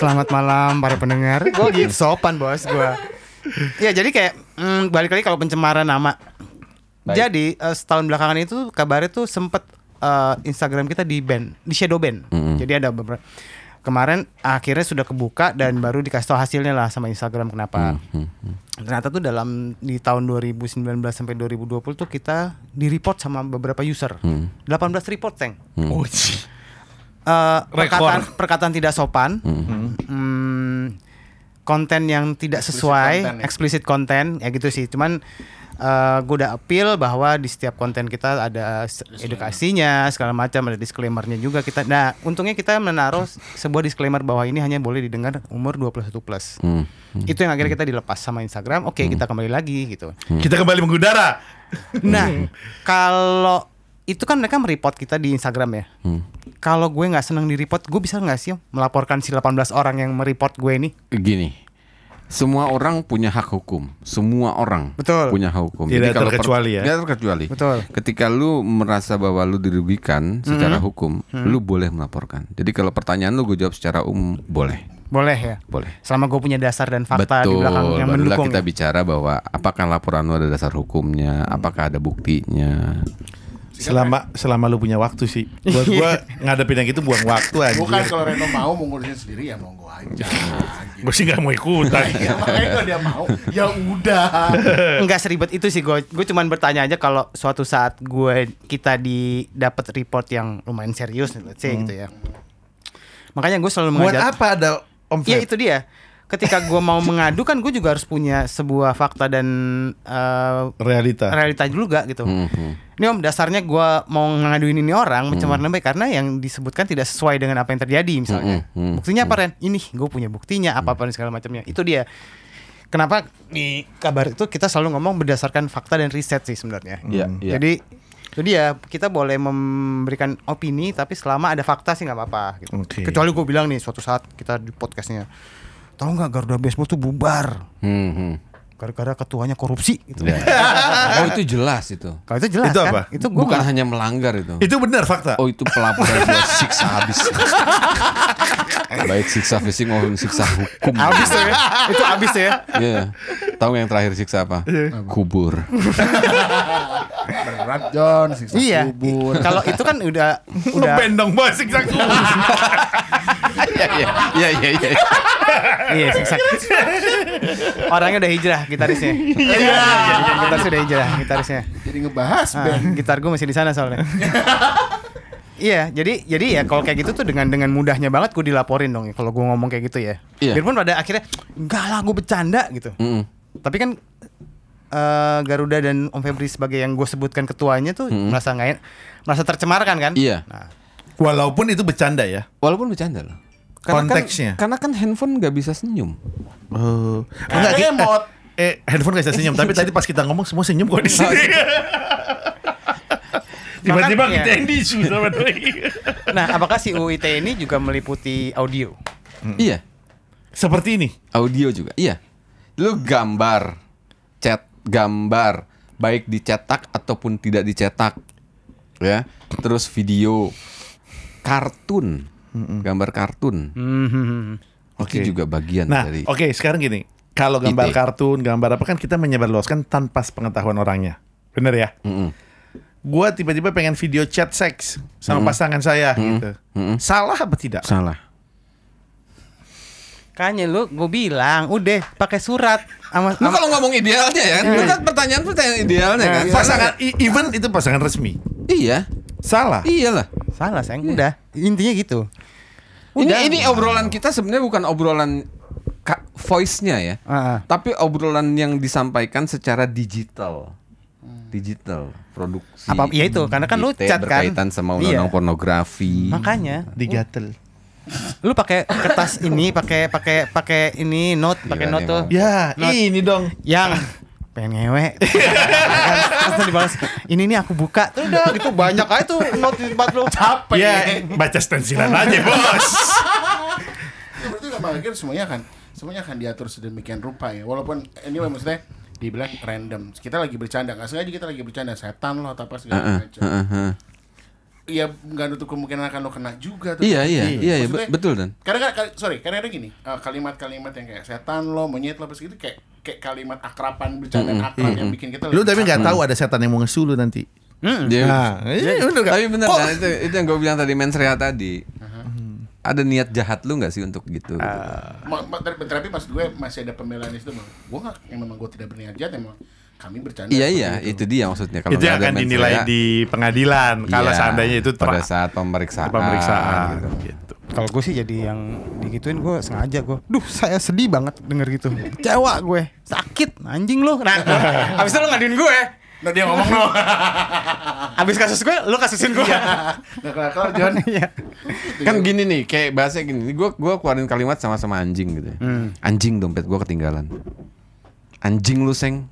Speaker 1: Selamat malam para pendengar. Gue gitu sopan bos gue. Ya jadi kayak mm, balik lagi kalau pencemaran nama.
Speaker 5: Baik.
Speaker 1: Jadi eh, setahun belakangan itu kabarnya tuh sempet eh, Instagram kita di ban, di shadow ban. Jadi ada beberapa kemarin akhirnya sudah kebuka dan baru dikasih tahu hasilnya lah sama Instagram kenapa. Ternyata tuh dalam di tahun 2019 sampai 2020 tuh kita di report sama beberapa user. 18 report tank. Eh, perkataan perkataan tidak sopan. Hmm, konten yang tidak sesuai, eksplisit konten, ya gitu sih. Cuman eh gue udah appeal bahwa di setiap konten kita ada s- edukasinya segala macam ada disclaimernya juga kita nah untungnya kita menaruh sebuah disclaimer bahwa ini hanya boleh didengar umur 21 plus
Speaker 5: Hmm.
Speaker 1: itu yang akhirnya kita dilepas sama Instagram oke kita kembali lagi gitu
Speaker 5: Hmm.
Speaker 4: Kita kembali mengudara.
Speaker 1: Nah, kalau itu kan mereka mereport kita di Instagram ya.
Speaker 5: Hmm.
Speaker 1: Kalau gue nggak senang di report, gue bisa nggak sih melaporkan si 18 orang yang mereport gue ini?
Speaker 5: Gini. Semua orang punya hak hukum. Semua orang
Speaker 1: Betul.
Speaker 5: punya hak hukum.
Speaker 4: Tidak
Speaker 5: kalau per-
Speaker 4: terkecuali ya.
Speaker 5: Tidak terkecuali.
Speaker 1: Betul. Mm-hmm.
Speaker 5: Ketika lu merasa bahwa lu dirugikan secara hukum, lu boleh melaporkan. Jadi kalau pertanyaan lu gue jawab secara umum, boleh.
Speaker 1: Boleh ya.
Speaker 5: Boleh.
Speaker 1: Selama gue punya dasar dan fakta di
Speaker 5: Betul.
Speaker 1: belakang yang
Speaker 5: Barulah
Speaker 1: mendukung. ya.
Speaker 5: kita
Speaker 1: Mm-hmm.
Speaker 5: bicara bahwa apakah laporan lu ada dasar hukumnya, apakah ada buktinya.
Speaker 4: Selama selama lu punya waktu sih. Buat gua ngadepin yang gitu buang waktu aja.
Speaker 3: Bukan kalau Reno mau mengurusin sendiri ya monggo aja. gitu.
Speaker 4: Gue sih nggak mau ikutan.
Speaker 3: ya makanya kalau dia mau ya udah.
Speaker 1: Nggak seribet itu sih gue. Gue cuman bertanya aja kalau suatu saat gue kita di dapat report yang lumayan serius, let's say gitu ya. Makanya gue selalu
Speaker 4: Hmm. Buat
Speaker 1: mengajak.
Speaker 4: apa ada Om
Speaker 1: Ya
Speaker 4: Fred?
Speaker 1: Iya. itu dia. Ketika gue mau mengadu kan gue juga harus punya sebuah fakta dan eh,
Speaker 4: Realita.
Speaker 1: realita dulu gak gitu. Ini om dasarnya gua mau ngaduin ini orang mencemar nama baik karena yang disebutkan tidak sesuai dengan apa yang terjadi misalnya. Buktinya apa Ren? Ini gue punya buktinya apa apa dan segala macamnya. Itu dia. Kenapa di kabar itu kita selalu ngomong berdasarkan fakta dan riset sih sebenarnya.
Speaker 5: Iya, iya.
Speaker 1: Jadi itu dia kita boleh memberikan opini tapi selama ada fakta sih nggak apa-apa. Gitu.
Speaker 4: Oke.
Speaker 1: Kecuali gue bilang nih suatu saat kita di podcastnya, tahu nggak Garuda Baseball tuh bubar
Speaker 5: Hmm, hmm.
Speaker 1: gara-gara ketuanya korupsi gitu.
Speaker 5: Ya. oh itu jelas itu.
Speaker 1: Kalau itu jelas
Speaker 4: Itu
Speaker 1: kan?
Speaker 4: apa?
Speaker 1: Itu gua
Speaker 5: Bukan
Speaker 1: nggak-
Speaker 5: hanya melanggar itu.
Speaker 4: Itu benar fakta.
Speaker 5: Oh itu pelaporan gua siksa habis. Baik siksa fisik maupun siksa hukum.
Speaker 1: Abis tuh ya. Itu abis tuh ya.
Speaker 5: Iya. Tahu nggak yang terakhir siksa apa? Kubur.
Speaker 3: Berat John, siksa
Speaker 1: Iya.
Speaker 3: kubur.
Speaker 1: Kalau itu kan udah
Speaker 4: Lu
Speaker 1: udah
Speaker 4: bendong banget sih
Speaker 5: Iya iya iya iya. iya.
Speaker 1: iya siksa. Orangnya udah hijrah gitarisnya. Iya. Gitaris udah hijrah gitarisnya.
Speaker 3: Jadi ngebahas
Speaker 1: Ah,
Speaker 3: Ben.
Speaker 1: gitar gue masih di sana soalnya. Iya, jadi jadi ya kalau kayak gitu tuh dengan dengan mudahnya banget gue dilaporin dong ya kalau gue ngomong kayak gitu ya.
Speaker 5: Iya.
Speaker 1: Biarpun pada akhirnya enggak lah gue bercanda gitu.
Speaker 5: Mm-mm.
Speaker 1: Tapi kan eh, Garuda dan Om Febri sebagai yang gue sebutkan ketuanya tuh merasa nggak en- merasa tercemarkan kan?
Speaker 5: Iya.
Speaker 1: Nah,
Speaker 4: Walaupun itu bercanda ya.
Speaker 5: Walaupun bercanda loh.
Speaker 4: Konteksnya.
Speaker 5: Kan, karena kan handphone nggak bisa senyum.
Speaker 4: Oh.
Speaker 3: Enggak,
Speaker 4: Enggak,
Speaker 3: kita-
Speaker 4: emot. Eh, handphone gak bisa senyum, tapi tadi pas kita ngomong semua senyum kok di sini. Tiba-tiba
Speaker 1: Makanya-
Speaker 4: kita yang disu sama doi.
Speaker 1: nah apakah si UIT ini juga meliputi audio?
Speaker 5: Iya.
Speaker 4: Seperti ini.
Speaker 5: Audio juga. Iya. Lu gambar, chat gambar, baik dicetak ataupun tidak dicetak, ya. Terus video, kartun, gambar kartun.
Speaker 4: Oke.
Speaker 5: Oke juga bagian
Speaker 4: Nah,
Speaker 5: dari.
Speaker 4: oke sekarang gini. Kalau gambar
Speaker 5: Ide.
Speaker 4: kartun, gambar apa kan kita menyebarluaskan tanpa pengetahuan orangnya. Bener ya?
Speaker 5: Mm-mm.
Speaker 4: Gua tiba-tiba pengen video chat seks sama pasangan saya gitu. Salah apa tidak?
Speaker 5: Salah.
Speaker 1: Kayaknya lu gue bilang udah pakai surat sama
Speaker 5: Lu
Speaker 1: sama-
Speaker 5: kalau ngomong idealnya ya, lu kan pertanyaan pertanyaan
Speaker 4: Iya,
Speaker 5: idealnya kan.
Speaker 4: Nah, Pasangan i- even itu pasangan resmi.
Speaker 5: Iya,
Speaker 4: Salah.
Speaker 5: iya lah.
Speaker 1: salah sayang udah intinya gitu.
Speaker 5: Ini
Speaker 1: Udah.
Speaker 5: ini obrolan kita sebenarnya bukan obrolan ka- voice-nya ya,
Speaker 1: Ah, ah.
Speaker 5: tapi obrolan yang disampaikan secara digital. Digital produksi.
Speaker 1: Hmm. Apa- iya itu, karena kan lu
Speaker 5: IT
Speaker 1: chat kan.
Speaker 5: berkaitan sama
Speaker 1: Iya.
Speaker 5: undang-undang pornografi.
Speaker 1: Makanya
Speaker 4: Digatel.
Speaker 1: lu pakai kertas ini pakai pakai pakai ini note pakai
Speaker 5: Gila,
Speaker 1: note
Speaker 5: dia
Speaker 1: tuh
Speaker 4: Ya,
Speaker 1: Not-
Speaker 4: ini dong.
Speaker 1: yang pengen ngewe terus dibalas ini nih aku buka tuh Iya. udah gitu banyak aja tuh note di tempat lu capek
Speaker 4: Ya, baca stensilan aja, Bos.
Speaker 3: Ya, berarti lama akhir semuanya akan semuanya akan diatur sedemikian rupa ya. Walaupun ini anyway, maksudnya dibilang random. Kita lagi bercanda, nggak sengaja kita lagi bercanda setan loh atau apa segala
Speaker 5: Heeh,
Speaker 3: macam.
Speaker 5: heeh, heeh.
Speaker 3: Iya nggak nutup kemungkinan akan lo kena juga.
Speaker 5: Iya, iya, iya, iya,
Speaker 3: Maksudnya,
Speaker 5: betul, Dan.
Speaker 3: Kadang-kadang, kal- sorry, kadang-kadang gini eh, kalimat-kalimat yang kayak setan lo, monyet lo, pas gitu kayak kayak kalimat akrapan bercandaan akrab yang bikin kita
Speaker 4: Lu tapi
Speaker 5: Hmm.
Speaker 4: nggak tahu ada setan yang mau ngesu lu nanti.
Speaker 1: Hmm.
Speaker 5: Dia-
Speaker 1: Ah.
Speaker 4: Nah, iya, bener nggak?
Speaker 5: Tapi bener
Speaker 4: Kok-
Speaker 5: Dan, itu, itu yang gue bilang tadi mensrea tadi.
Speaker 1: Uh-huh.
Speaker 5: Ada niat jahat lu nggak sih untuk gitu?
Speaker 1: Ah,
Speaker 3: Ma- ma- ter- Tapi pas gue masih ada pembelaan di situ, Bang. gue nggak, yang memang gue tidak berniat jahat, emang kami bercanda.
Speaker 5: Iya
Speaker 3: seperti
Speaker 5: iya, itu dia maksudnya kalau
Speaker 4: itu
Speaker 5: nggak
Speaker 4: yang
Speaker 5: ada
Speaker 4: akan
Speaker 5: mens
Speaker 4: dinilai
Speaker 5: rea,
Speaker 4: di pengadilan kalau
Speaker 5: iya,
Speaker 4: seandainya itu ter-
Speaker 5: pada saat pemeriksaan.
Speaker 4: pemeriksaan
Speaker 5: gitu.
Speaker 4: gitu.
Speaker 1: Kalau gue sih jadi yang digituin gue sengaja gue. Duh, saya sedih banget denger gitu. Kecewa gue. Sakit anjing lu. Nah, habis itu lu ngaduin gue.
Speaker 3: Nah dia ngomong lo.
Speaker 1: Habis kasus gue, lu kasusin gue.
Speaker 4: Iya.
Speaker 3: Nggak kelar-kelar, John.
Speaker 1: Iya.
Speaker 5: Kan gini nih, kayak bahasa gini. Gue gua keluarin kalimat sama-sama anjing gitu. ya.
Speaker 1: Hmm.
Speaker 5: Anjing dompet gue ketinggalan. Anjing lu seng.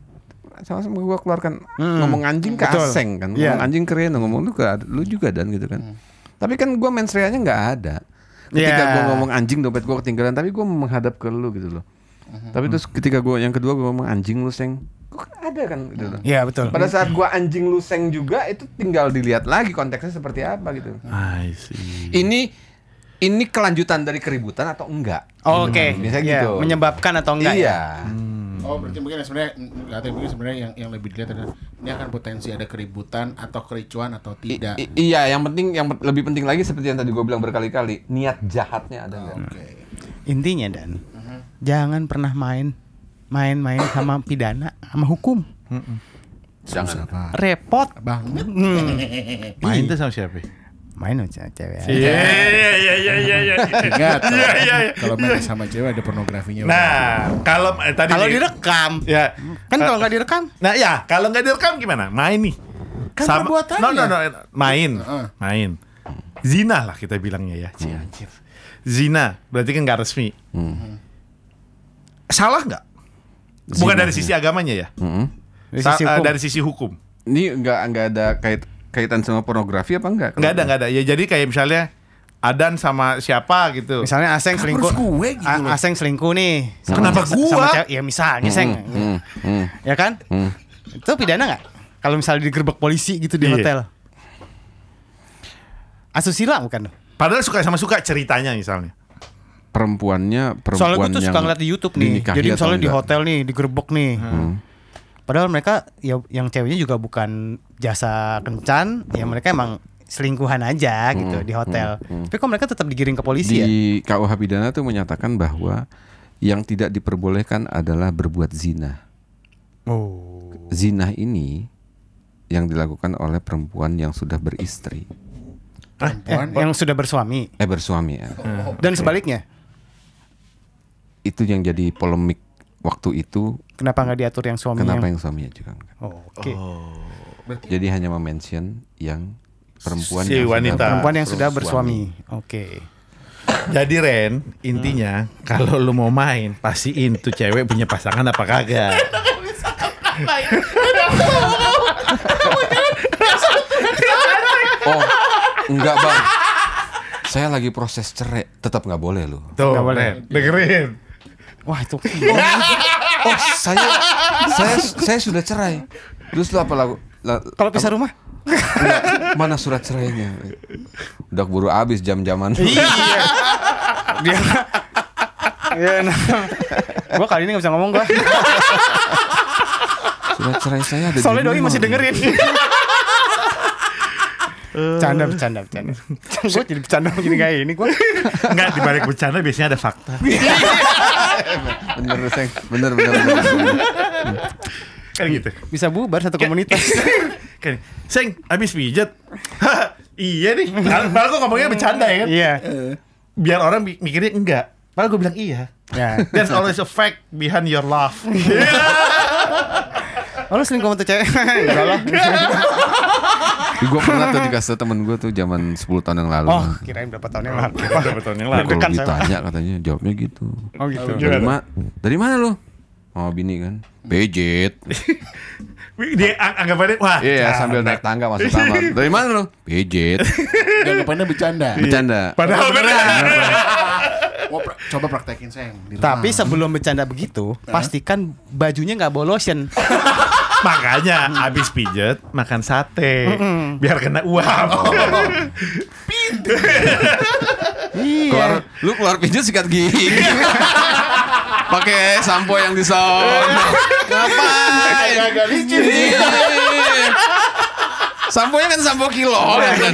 Speaker 5: Sama-sama gue keluarkan ngomong anjing ke
Speaker 1: Hmm. Betul.
Speaker 5: aseng kan.
Speaker 1: Iya. Hmm.
Speaker 5: Ngomong anjing keren ngomong lu ke lu juga dan gitu kan. Tapi kan gue mensreanya nggak ada. Ketika
Speaker 1: Iya.
Speaker 5: gue ngomong anjing dompet gue ketinggalan, tapi gue menghadap ke lu gitu loh.
Speaker 1: Hmm.
Speaker 5: Tapi terus ketika gue yang kedua gue ngomong anjing lu seng. Gue ada kan gitu loh.
Speaker 1: Iya, betul.
Speaker 5: Pada saat gua anjing lu seng juga itu tinggal dilihat lagi konteksnya seperti apa gitu.
Speaker 4: I see.
Speaker 5: Ini ini kelanjutan dari keributan atau enggak?
Speaker 1: Oke.
Speaker 5: Biasanya
Speaker 1: Iya,
Speaker 5: gitu.
Speaker 1: Menyebabkan atau enggak? ya?
Speaker 5: iya.
Speaker 3: Oh berarti mungkin sebenarnya nggak tahu mungkin sebenarnya yang yang lebih dilihat adalah ini akan potensi ada keributan atau kericuan atau
Speaker 5: I-
Speaker 3: tidak.
Speaker 5: i- iya, yang penting yang pe- lebih penting lagi seperti yang tadi gua bilang berkali-kali, niat jahatnya ada enggak?
Speaker 3: Oke.
Speaker 1: Intinya dan
Speaker 4: Mhm.
Speaker 1: jangan pernah main main-main sama pidana sama hukum.
Speaker 5: Jangan.
Speaker 1: Repot.
Speaker 3: Banget.
Speaker 4: Hmm. Main tuh sama siapa?
Speaker 1: Main sama ce- cewek.
Speaker 4: Iya iya iya iya iya. iya.
Speaker 3: Ingat kalau-
Speaker 4: Iya, iya, iya.
Speaker 3: kalau main sama cewek ada pornografinya.
Speaker 4: Nah, kalau eh, tadi
Speaker 1: Kalau
Speaker 4: nih-
Speaker 1: direkam.
Speaker 4: ya
Speaker 1: Kan kalau
Speaker 4: Eh,
Speaker 1: nggak direkam
Speaker 4: Nah ya kalau nggak direkam gimana? Main nih.
Speaker 3: Kan perbuatan
Speaker 4: No no
Speaker 3: ya.
Speaker 4: no main
Speaker 3: Heeh.
Speaker 4: main. Zina lah kita bilangnya ya. Ci,
Speaker 1: Hmm.
Speaker 4: anjir. Zina berarti kan nggak resmi. Salah nggak? Bukan
Speaker 5: Zina,
Speaker 4: dari sisi agamanya ya.
Speaker 1: Dari
Speaker 4: Sa-
Speaker 1: sisi
Speaker 4: eh,
Speaker 1: hukum.
Speaker 4: dari sisi hukum.
Speaker 5: Ini enggak enggak ada kait kaitan sama pornografi apa enggak?
Speaker 4: Nggak ada nggak ada. Ya jadi kayak misalnya Adan sama siapa gitu.
Speaker 1: Misalnya
Speaker 5: Kan
Speaker 1: Aseng selingkuh.
Speaker 3: gue gitu
Speaker 1: A-
Speaker 3: loh.
Speaker 1: Aseng selingkuh nih.
Speaker 4: Kenapa
Speaker 1: sama
Speaker 4: gua?
Speaker 1: cewek- ya misalnya Seng.
Speaker 5: Hmm, hmm.
Speaker 1: Ya kan? Itu pidana nggak? Kalau misalnya digerebek polisi gitu di
Speaker 4: Iya.
Speaker 1: hotel. Asusila bukan?
Speaker 4: Padahal suka sama suka ceritanya misalnya.
Speaker 5: Perempuannya perempuan
Speaker 1: Soalnya gue tuh
Speaker 5: yang
Speaker 1: suka ngeliat di YouTube nih.
Speaker 5: dinikahi
Speaker 1: Jadi
Speaker 5: atau
Speaker 1: misalnya di
Speaker 5: enggak? Hmm.
Speaker 1: hotel nih digerebek nih. Padahal mereka ya yang ceweknya juga bukan jasa kencan, ya mereka emang selingkuhan aja gitu di hotel. Tapi kok mereka tetap digiring ke polisi ya?
Speaker 5: Hmm, di KUH pidana tuh menyatakan bahwa yang tidak diperbolehkan adalah berbuat zina. Oh. Zina ini yang dilakukan oleh perempuan yang sudah beristri,
Speaker 1: Eh,
Speaker 3: Perempuan.
Speaker 1: yang sudah bersuami
Speaker 5: eh bersuami ya.
Speaker 1: dan sebaliknya.
Speaker 5: Itu yang jadi polemik waktu itu.
Speaker 1: Kenapa nggak diatur yang suami?
Speaker 5: Kenapa
Speaker 1: yang-
Speaker 5: yang suaminya juga enggak?
Speaker 1: Oh, Oke.
Speaker 5: Jadi hanya mention yang perempuan
Speaker 4: Si
Speaker 5: yang sudah
Speaker 4: wanita.
Speaker 1: Perempuan yang sudah bersuami. Oke.
Speaker 4: Jadi Ren, intinya kalau lu mau main, pastiin tuh cewek punya pasangan apa kagak.
Speaker 5: Oh, enggak bang. Saya lagi proses cerai, tetap nggak boleh loh.
Speaker 4: Tuh,
Speaker 1: Nggak boleh.
Speaker 4: Ren, dengerin.
Speaker 1: Wah itu.
Speaker 5: oh saya saya saya sudah cerai terus lu apa lagu la-
Speaker 1: Kalau pisah rumah?
Speaker 5: enggak, mana surat cerainya udah keburu habis jam-jaman
Speaker 4: Iya.
Speaker 1: Dia. Iya. nah. Gua kali ini nggak bisa ngomong gua.
Speaker 5: surat cerai saya ada di
Speaker 1: Soalnya doi
Speaker 5: rumah.
Speaker 1: masih dengerin. Canda, bercanda, bercanda. Gue jadi bercanda begini kayak ini gue.
Speaker 4: Enggak dibalik bercanda biasanya ada fakta.
Speaker 5: bener Seng. bener bener, bener, bener.
Speaker 4: Kan gitu.
Speaker 1: Bisa bubar satu komunitas.
Speaker 4: Kan, Seng, habis pijat. Hah, iya nih. Padahal padahal gua ngomongnya bercanda ya kan.
Speaker 1: Iya.
Speaker 4: Biar orang mi- mikirnya enggak. Padahal gue bilang iya.
Speaker 1: Ya.
Speaker 4: There's always a fact behind your laugh.
Speaker 1: Oh, lu selingkuh sama tuh cewek? Enggak lah.
Speaker 5: gue pernah tuh dikasih tau temen gue tuh zaman 10 tahun yang lalu
Speaker 1: Oh, kirain berapa tahun yang lalu.
Speaker 4: Berapa tahun yang lalu?
Speaker 5: kalau
Speaker 1: dekat saya.
Speaker 5: ditanya katanya jawabnya gitu
Speaker 1: Oh gitu.
Speaker 5: dari, ma dari mana lu Oh bini kan Pijet
Speaker 4: Dia ang- anggapannya wah.
Speaker 5: Iya sambil naik tangga masuk kamar Dari mana lu Pijet
Speaker 3: Gak bercanda.
Speaker 1: Iya.
Speaker 5: Bercanda
Speaker 4: Padahal beneran.
Speaker 3: Mau pra- coba praktekin sayang di rumah.
Speaker 1: Tapi sebelum bercanda begitu, pastikan bajunya nggak bawa lotion.
Speaker 4: Makanya habis pijet makan sate biar kena uap.
Speaker 5: keluar Iya. lu keluar pijat sikat gigi pakai sampo yang disom ngapain
Speaker 1: Iya.
Speaker 3: agak-agak licin sih.
Speaker 5: sampo kan sampo kilo kan?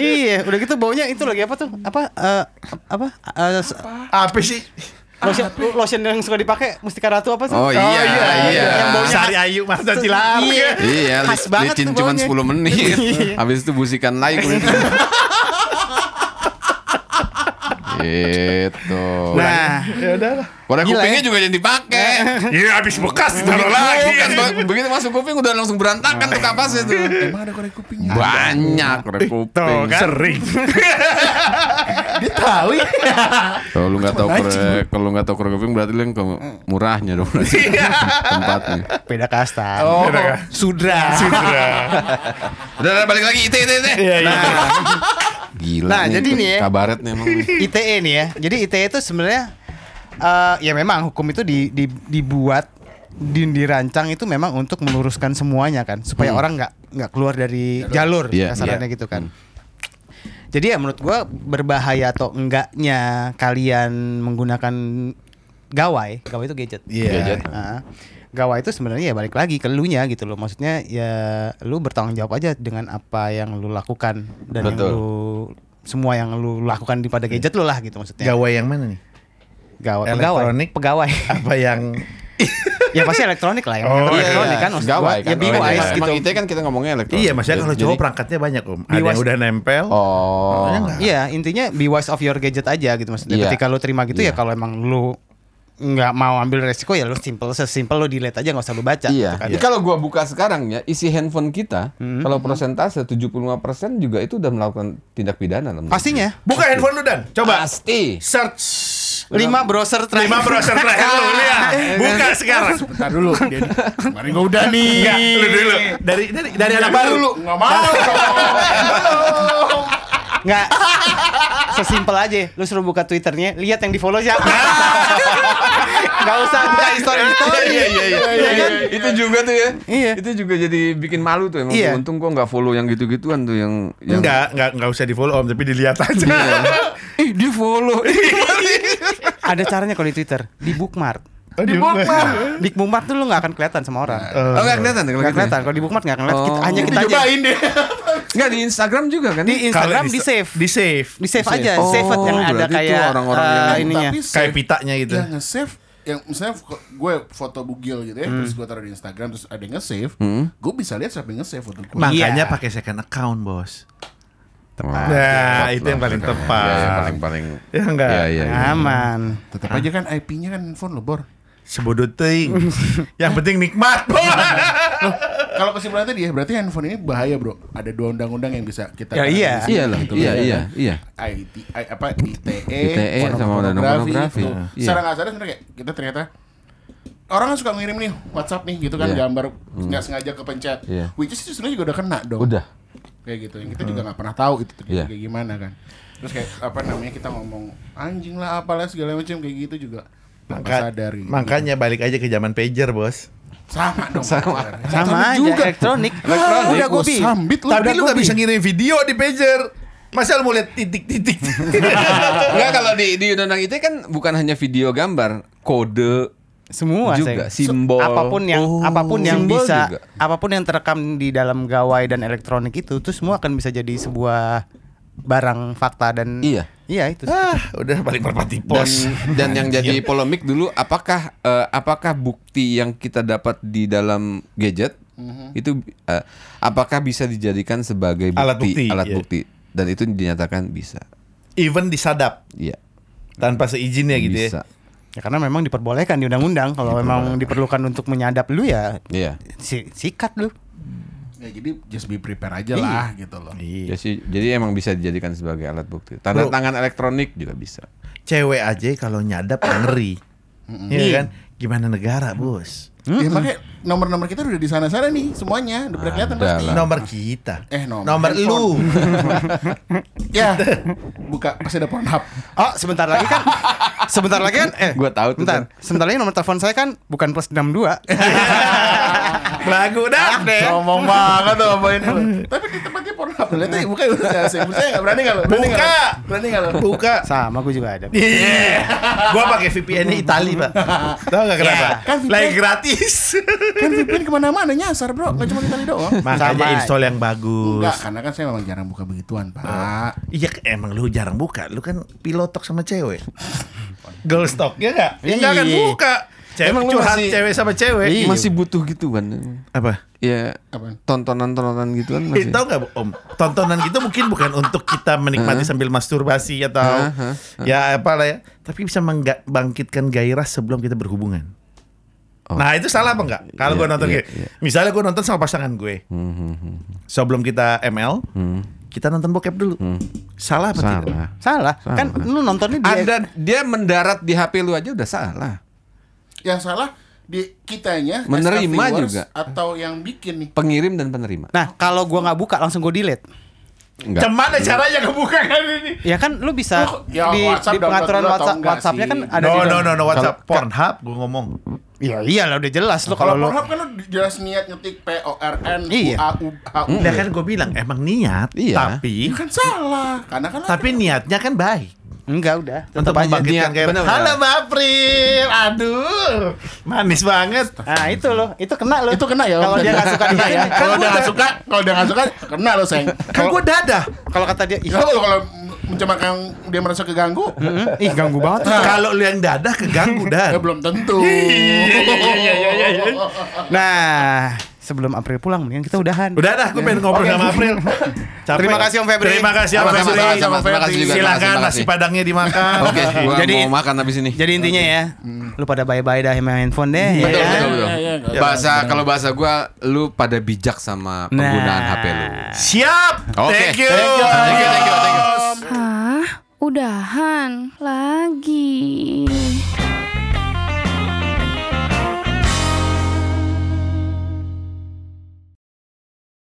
Speaker 1: iya, udah gitu baunya itu lagi apa tuh? Apa eh, apa? Eh, s-
Speaker 4: Apa sih?
Speaker 1: lotion lotion yang suka dipakai Mustika Ratu apa sih?
Speaker 5: oh iya iya
Speaker 1: Yang baunya
Speaker 4: Sari Ayu Mas Cilar.
Speaker 1: Iya.
Speaker 5: iya
Speaker 1: Khas banget
Speaker 5: licin
Speaker 1: tuh
Speaker 5: cuma
Speaker 1: baunya.
Speaker 5: 10 menit
Speaker 1: Iya.
Speaker 5: habis itu busikan lagi kulit. gitu
Speaker 1: Nah,
Speaker 5: Warna
Speaker 1: Gila ya.
Speaker 5: kupingnya
Speaker 1: Nah,
Speaker 5: juga jadi dipakai.
Speaker 4: Iya habis bekas taruh kan?
Speaker 5: Bukan, ba- begitu masuk kuping udah langsung berantakan tuh kapasnya tuh.
Speaker 3: Emang ada korek kupingnya?
Speaker 5: Banyak korek kuping.
Speaker 4: Tuh kan sering.
Speaker 3: Dia tahu ya.
Speaker 5: Kalau lu nggak tahu korek, kalau lu nggak tahu korek kuping berarti lu yang ke murahnya dong berarti.
Speaker 1: Iya.
Speaker 5: tempatnya.
Speaker 1: beda kasta.
Speaker 3: Oh,
Speaker 1: Sudra.
Speaker 5: Udah, udah, balik lagi ite ite ite. Nah.
Speaker 4: Iya iya.
Speaker 5: Gila.
Speaker 1: Nah, jadi
Speaker 5: ikut
Speaker 1: nih ya.
Speaker 5: Kabaret nih emang. nih.
Speaker 1: ITE nih ya. Jadi ITE itu sebenarnya eh, ya memang hukum itu di, di- dibuat di, dirancang itu memang untuk meluruskan semuanya kan supaya orang nggak nggak keluar dari jalur
Speaker 5: Hmm. Iya,
Speaker 1: kasarannya
Speaker 5: iya.
Speaker 1: gitu kan. Jadi ya menurut gua berbahaya atau enggaknya kalian menggunakan gawai, gawai itu gadget.
Speaker 3: Iya.
Speaker 5: Gadget.
Speaker 1: Nah, gawai itu sebenarnya ya balik lagi ke lu nya gitu loh. Maksudnya ya lu bertanggung jawab aja dengan apa yang lu lakukan dan yang
Speaker 5: Betul.
Speaker 1: lu semua yang lu lakukan di pada gadget lu lah gitu maksudnya.
Speaker 4: Gawai yang mana nih?
Speaker 1: Gawai
Speaker 4: elektronik?
Speaker 1: pegawai. pegawai.
Speaker 4: Apa yang
Speaker 1: ya pasti elektronik lah yang
Speaker 4: Oh,
Speaker 1: namanya
Speaker 4: iya,
Speaker 1: elektronik kan maksud
Speaker 5: Gawai
Speaker 1: gua, ya
Speaker 5: kan.
Speaker 1: BYs
Speaker 5: Emang
Speaker 1: gitu.
Speaker 5: ite kan kita ngomongnya elektronik.
Speaker 4: Iya, maksudnya kalau
Speaker 5: Jadi-
Speaker 4: cowok perangkatnya banyak, Om. Ada
Speaker 1: Biwas-
Speaker 4: yang udah nempel.
Speaker 5: Oh.
Speaker 4: Ada yang nggak?
Speaker 1: Iya, intinya be wise of your gadget aja gitu maksudnya.
Speaker 5: Iya.
Speaker 1: Ketika lu terima gitu ya kalau emang lu nggak mau ambil resiko ya lu simple sesimpel lu delete aja nggak usah lu baca
Speaker 5: Iya.
Speaker 1: gitu kan.
Speaker 5: Jadi kalau gua buka sekarang ya isi handphone kita, kalau persentase 75% juga itu udah melakukan tindak pidana. teman.
Speaker 1: Pastinya
Speaker 4: Buka handphone lu dan coba
Speaker 5: Pasti.
Speaker 4: search
Speaker 1: lima browser terakhir.
Speaker 4: lima browser terakhir lu lihat. Ah, Buka sekarang.
Speaker 3: bentar dulu. Dia- Mari gua udah nih.
Speaker 4: Enggak, lu dulu. Dari dari dari anak
Speaker 3: Baru
Speaker 4: baru.
Speaker 3: lu nggak mau.
Speaker 1: Nggak Sesimpel aja Lu suruh buka twitternya Lihat yang di follow siapa Nggak usah buka story story
Speaker 5: Iya iya iya.
Speaker 3: Iya, iya,
Speaker 5: Kan? Itu juga tuh ya.
Speaker 1: Iya.
Speaker 5: Itu juga jadi bikin malu tuh emang.
Speaker 1: Iya.
Speaker 5: Untung gua nggak follow yang gitu-gituan tuh yang yang Iya.
Speaker 4: Enggak, enggak enggak usah di follow Om, tapi dilihat aja.
Speaker 5: Ih, di follow.
Speaker 1: Ada caranya kalau di twitter Di bookmark
Speaker 4: Di
Speaker 1: Di bookmark tuh lu nggak akan kelihatan sama orang
Speaker 4: Eh,
Speaker 5: Oh, enggak kelihatan kalau
Speaker 1: Nggak
Speaker 5: gitu ya?
Speaker 1: kelihatan Kalau di bookmark nggak akan kelihatan Kita-
Speaker 5: Oh.
Speaker 1: Hanya kita aja
Speaker 3: Cobain deh.
Speaker 5: Enggak di Instagram juga kan?
Speaker 1: Di Instagram di save
Speaker 4: Di save.
Speaker 1: Di save aja
Speaker 5: Oh,
Speaker 1: Save yang ada
Speaker 5: berarti tuh
Speaker 1: kayak
Speaker 5: orang-orang
Speaker 1: eh,
Speaker 5: yang-
Speaker 1: ininya
Speaker 3: Tapi save-
Speaker 4: Kayak pitanya gitu.
Speaker 3: Yang nge-save yang misalnya fo- gue foto bugil gitu ya,
Speaker 4: Hmm.
Speaker 3: terus gue taruh di Instagram terus ada yang nge-save, gue bisa lihat siapa yang nge-save foto gue.
Speaker 1: Iya.
Speaker 4: Makanya pakai second account, Bos.
Speaker 5: Tepat.
Speaker 4: Nah,
Speaker 5: Tepat
Speaker 4: itu yang
Speaker 5: lah.
Speaker 4: paling tepat.
Speaker 5: Iya, yang paling paling.
Speaker 4: Ya enggak.
Speaker 5: Iya, iya. iya.
Speaker 1: Aman
Speaker 3: Tetap aja kan IP-nya kan handphone lo bor.
Speaker 4: Sebodoh ting. yang penting nikmat.
Speaker 3: Kalau kesimpulannya tadi ya, berarti handphone ini bahaya bro. Ada dua undang-undang yang bisa kita.
Speaker 1: Ya, iya.
Speaker 3: di sini,
Speaker 5: Iya lah,
Speaker 3: gitu
Speaker 5: iya
Speaker 3: kan?
Speaker 5: iya iya.
Speaker 3: IT, I- apa ITE,
Speaker 5: ITE sama
Speaker 3: porno-
Speaker 5: undang-undang
Speaker 3: pornografi,
Speaker 5: pornografi.
Speaker 3: gitu.
Speaker 5: Iya.
Speaker 3: Secara nggak sadar sebenarnya kayak kita ternyata orang kan suka ngirim nih WhatsApp nih gitu kan
Speaker 5: Iya.
Speaker 3: gambar nggak sengaja kepencet.
Speaker 5: Iya.
Speaker 3: Which is itu sebenarnya juga udah kena dong.
Speaker 5: Udah. Hmm.
Speaker 3: Kayak gitu. Yang kita juga nggak pernah tahu itu terjadi
Speaker 5: Iya.
Speaker 3: kayak gimana kan. Terus kayak apa namanya kita ngomong anjing lah apalah segala macam kayak gitu juga. Tanpa
Speaker 4: Maka-
Speaker 3: sadar gitu.
Speaker 4: Makanya balik aja ke zaman pager, Bos.
Speaker 3: sama dong. Sama.
Speaker 1: Sama aja
Speaker 3: juga.
Speaker 1: Elektronik
Speaker 3: Elektronik.
Speaker 1: Udah gue
Speaker 3: Gua sambit lu.
Speaker 4: Tapi
Speaker 3: Udah
Speaker 4: lu
Speaker 3: gua
Speaker 4: gak bisa ngirim video di pager. Masa lu mau lihat titik-titik?
Speaker 5: Enggak kalau di di undang-undang itu kan bukan hanya video gambar, kode
Speaker 1: semua
Speaker 5: juga
Speaker 1: Seng.
Speaker 5: simbol
Speaker 1: apapun yang
Speaker 5: Oh,
Speaker 1: apapun yang
Speaker 5: simbol
Speaker 1: bisa
Speaker 5: juga.
Speaker 1: apapun yang terekam di dalam gawai dan elektronik itu tuh semua akan bisa jadi sebuah barang fakta dan
Speaker 5: Iya.
Speaker 1: iya itu
Speaker 4: ah, udah balik merpati
Speaker 5: dan,
Speaker 4: pos.
Speaker 5: dan yang jadi polemik dulu apakah eh, apakah bukti yang kita dapat di dalam gadget
Speaker 4: Mhm.
Speaker 5: itu eh, apakah bisa dijadikan sebagai bukti
Speaker 4: Alat bukti, iya.
Speaker 5: bukti? dan itu dinyatakan bisa
Speaker 4: Even disadap
Speaker 5: iya
Speaker 4: tanpa seizinnya gitu ya.
Speaker 5: bisa
Speaker 1: ya, karena memang diperbolehkan di undang-undang kalau memang diperlukan untuk menyadap lu ya
Speaker 5: iya
Speaker 1: si- sikat lu
Speaker 3: Ya jadi just be prepare aja lah gitu loh.
Speaker 4: Iya.
Speaker 5: Ya sih, jadi emang bisa dijadikan sebagai alat bukti tanda
Speaker 4: Bro.
Speaker 5: tangan elektronik juga bisa
Speaker 3: Iya.
Speaker 4: Cewek aja kalau nyadap ngeri. Iya kan? Gimana negara, Bos?
Speaker 3: Ya makanya nomor-nomor kita udah di sana-sana nih semuanya, udah pada kelihatan pasti.
Speaker 5: Adalah.
Speaker 4: Nomor kita.
Speaker 3: Eh, nomor
Speaker 4: Nomor lu.
Speaker 3: Ya. Buka pasti ada Pornhub.
Speaker 1: Oh, sebentar lagi kan. sebentar lagi kan eh
Speaker 5: Gua tahu tuh,
Speaker 1: Bentar. Sebentar lagi nomor telepon saya kan bukan plus 62.
Speaker 4: Lagu dah Ah, deh.
Speaker 3: Ngomong banget tuh apa ini. Tapi di tempatnya Pornhub. Lihat aja buka ya udah saya saya enggak berani kalau.
Speaker 4: Buka.
Speaker 3: Berani kalau.
Speaker 4: Buka.
Speaker 1: Sama gue juga ada.
Speaker 4: Iya. Gua pakai VPN Itali, Pak. Tahu enggak kenapa?
Speaker 3: Iya. Kan VPN.
Speaker 4: Lagi gratis.
Speaker 3: Kan VPN kemana-mana nyasar bro, nggak cuma di Itali doang.
Speaker 4: Makanya
Speaker 1: Sama.
Speaker 4: install yang
Speaker 3: Enggak,
Speaker 4: bagus.
Speaker 3: karena kan saya memang jarang buka begituan pak.
Speaker 4: Iya emang lu jarang buka, lu kan pilotok sama cewek. Girl stock ya enggak? Ya enggak kan
Speaker 1: Iya.
Speaker 4: buka. Cewek
Speaker 1: Emang lu
Speaker 4: curhat
Speaker 1: masih-
Speaker 4: cewek sama cewek.
Speaker 1: Iya.
Speaker 5: Masih butuh gitu kan.
Speaker 4: Apa?
Speaker 5: Ya
Speaker 3: Apaan?
Speaker 5: tontonan-tontonan gitu kan
Speaker 4: Eh,
Speaker 5: masih.
Speaker 4: tahu nggak Om? Tontonan gitu mungkin bukan untuk kita menikmati sambil masturbasi atau
Speaker 5: Heeh,
Speaker 4: ya apalah ya, tapi bisa membangkitkan gairah sebelum kita berhubungan.
Speaker 5: Oh.
Speaker 4: Nah itu salah apa enggak? Kalau
Speaker 5: Iya,
Speaker 4: gue nonton
Speaker 5: iya, Hmm,
Speaker 4: kayak- misalnya gue nonton sama pasangan gue, sebelum kita ML, kita nonton bokep dulu. Salah apa tidak?
Speaker 5: Hmm. Salah.
Speaker 1: Salah. Kan lu nontonnya di
Speaker 5: Anda dia mendarat di HP lu aja udah salah.
Speaker 3: Yang salah di kitanya as
Speaker 5: Menerima
Speaker 3: a viewers
Speaker 5: juga.
Speaker 3: atau yang bikin nih.
Speaker 5: Pengirim dan penerima.
Speaker 1: Nah, kalau gua nggak buka langsung gua delete.
Speaker 5: Enggak.
Speaker 4: Cuman caranya kebuka kan ini?
Speaker 1: Ya kan lu bisa
Speaker 3: Oh, ya
Speaker 1: di, di
Speaker 3: WhatsApp download
Speaker 1: pengaturan
Speaker 3: dulu atau
Speaker 1: WhatsApp
Speaker 3: enggak
Speaker 1: WhatsAppnya
Speaker 3: sih?
Speaker 1: kan ada di
Speaker 4: no, no, no, no, WhatsApp,
Speaker 1: Kalau-
Speaker 4: Pornhub, gue ngomong.
Speaker 1: Ya iyalah udah jelas lu
Speaker 3: Kalau
Speaker 1: kalau lu
Speaker 3: Pornhub kan lu jelas niat ngetik P O R N U
Speaker 1: Iya.
Speaker 3: A U H U.
Speaker 4: Nah kan gue bilang emang niat,
Speaker 5: Iya.
Speaker 4: tapi
Speaker 3: Ya kan salah, karena kan
Speaker 4: tapi niatnya kan baik.
Speaker 1: enggak udah. Tetap
Speaker 4: untuk
Speaker 1: aja.
Speaker 4: membangkitkan
Speaker 5: Niat,
Speaker 4: kayak
Speaker 5: bener-bener.
Speaker 4: halo Mbak April aduh manis banget Kan
Speaker 1: Nah, itu loh, itu kena loh.
Speaker 3: itu kena ya.
Speaker 1: Kalau dia nggak suka dia ya.
Speaker 3: Kalau dia nggak suka, kalau dia nggak suka kena lo sayang.
Speaker 4: kan gue dadah
Speaker 1: Kalau kata dia, ih,
Speaker 3: Kalau kalau mencemarkan dia merasa keganggu,
Speaker 1: ih ganggu banget.
Speaker 5: Nah.
Speaker 1: tuh.
Speaker 4: kalau lu yang dadah keganggu
Speaker 3: ya
Speaker 4: dan
Speaker 3: belum tentu.
Speaker 1: Iya, Nah, sebelum April pulang mendingan kita udahan.
Speaker 4: udah dah gue pengen ngobrol sama April Capek.
Speaker 5: ya?
Speaker 1: Terima kasih, Om Febri.
Speaker 4: terima kasih Om
Speaker 5: Sama-sama,
Speaker 4: Febri
Speaker 5: sama-sama, terima kasih juga, terima
Speaker 4: silakan
Speaker 5: kasih,
Speaker 4: nasi
Speaker 5: makasih.
Speaker 4: padangnya dimakan
Speaker 5: Oke, gua
Speaker 1: Jadi-
Speaker 5: mau makan habis ini.
Speaker 1: Jadi intinya ya,
Speaker 3: Hmm.
Speaker 1: lu pada bye-bye dah sama handphone deh. ya
Speaker 5: betul,
Speaker 1: kan?
Speaker 5: betul, betul.
Speaker 3: Iya, iya, iya.
Speaker 5: bahasa kalau bahasa gua lu pada bijak sama penggunaan
Speaker 1: Nah.
Speaker 5: HP lu.
Speaker 4: siap
Speaker 5: Oke.
Speaker 4: thank you
Speaker 5: Thank you, thank you, thank you, thank you.
Speaker 2: Hah? Udahan lagi.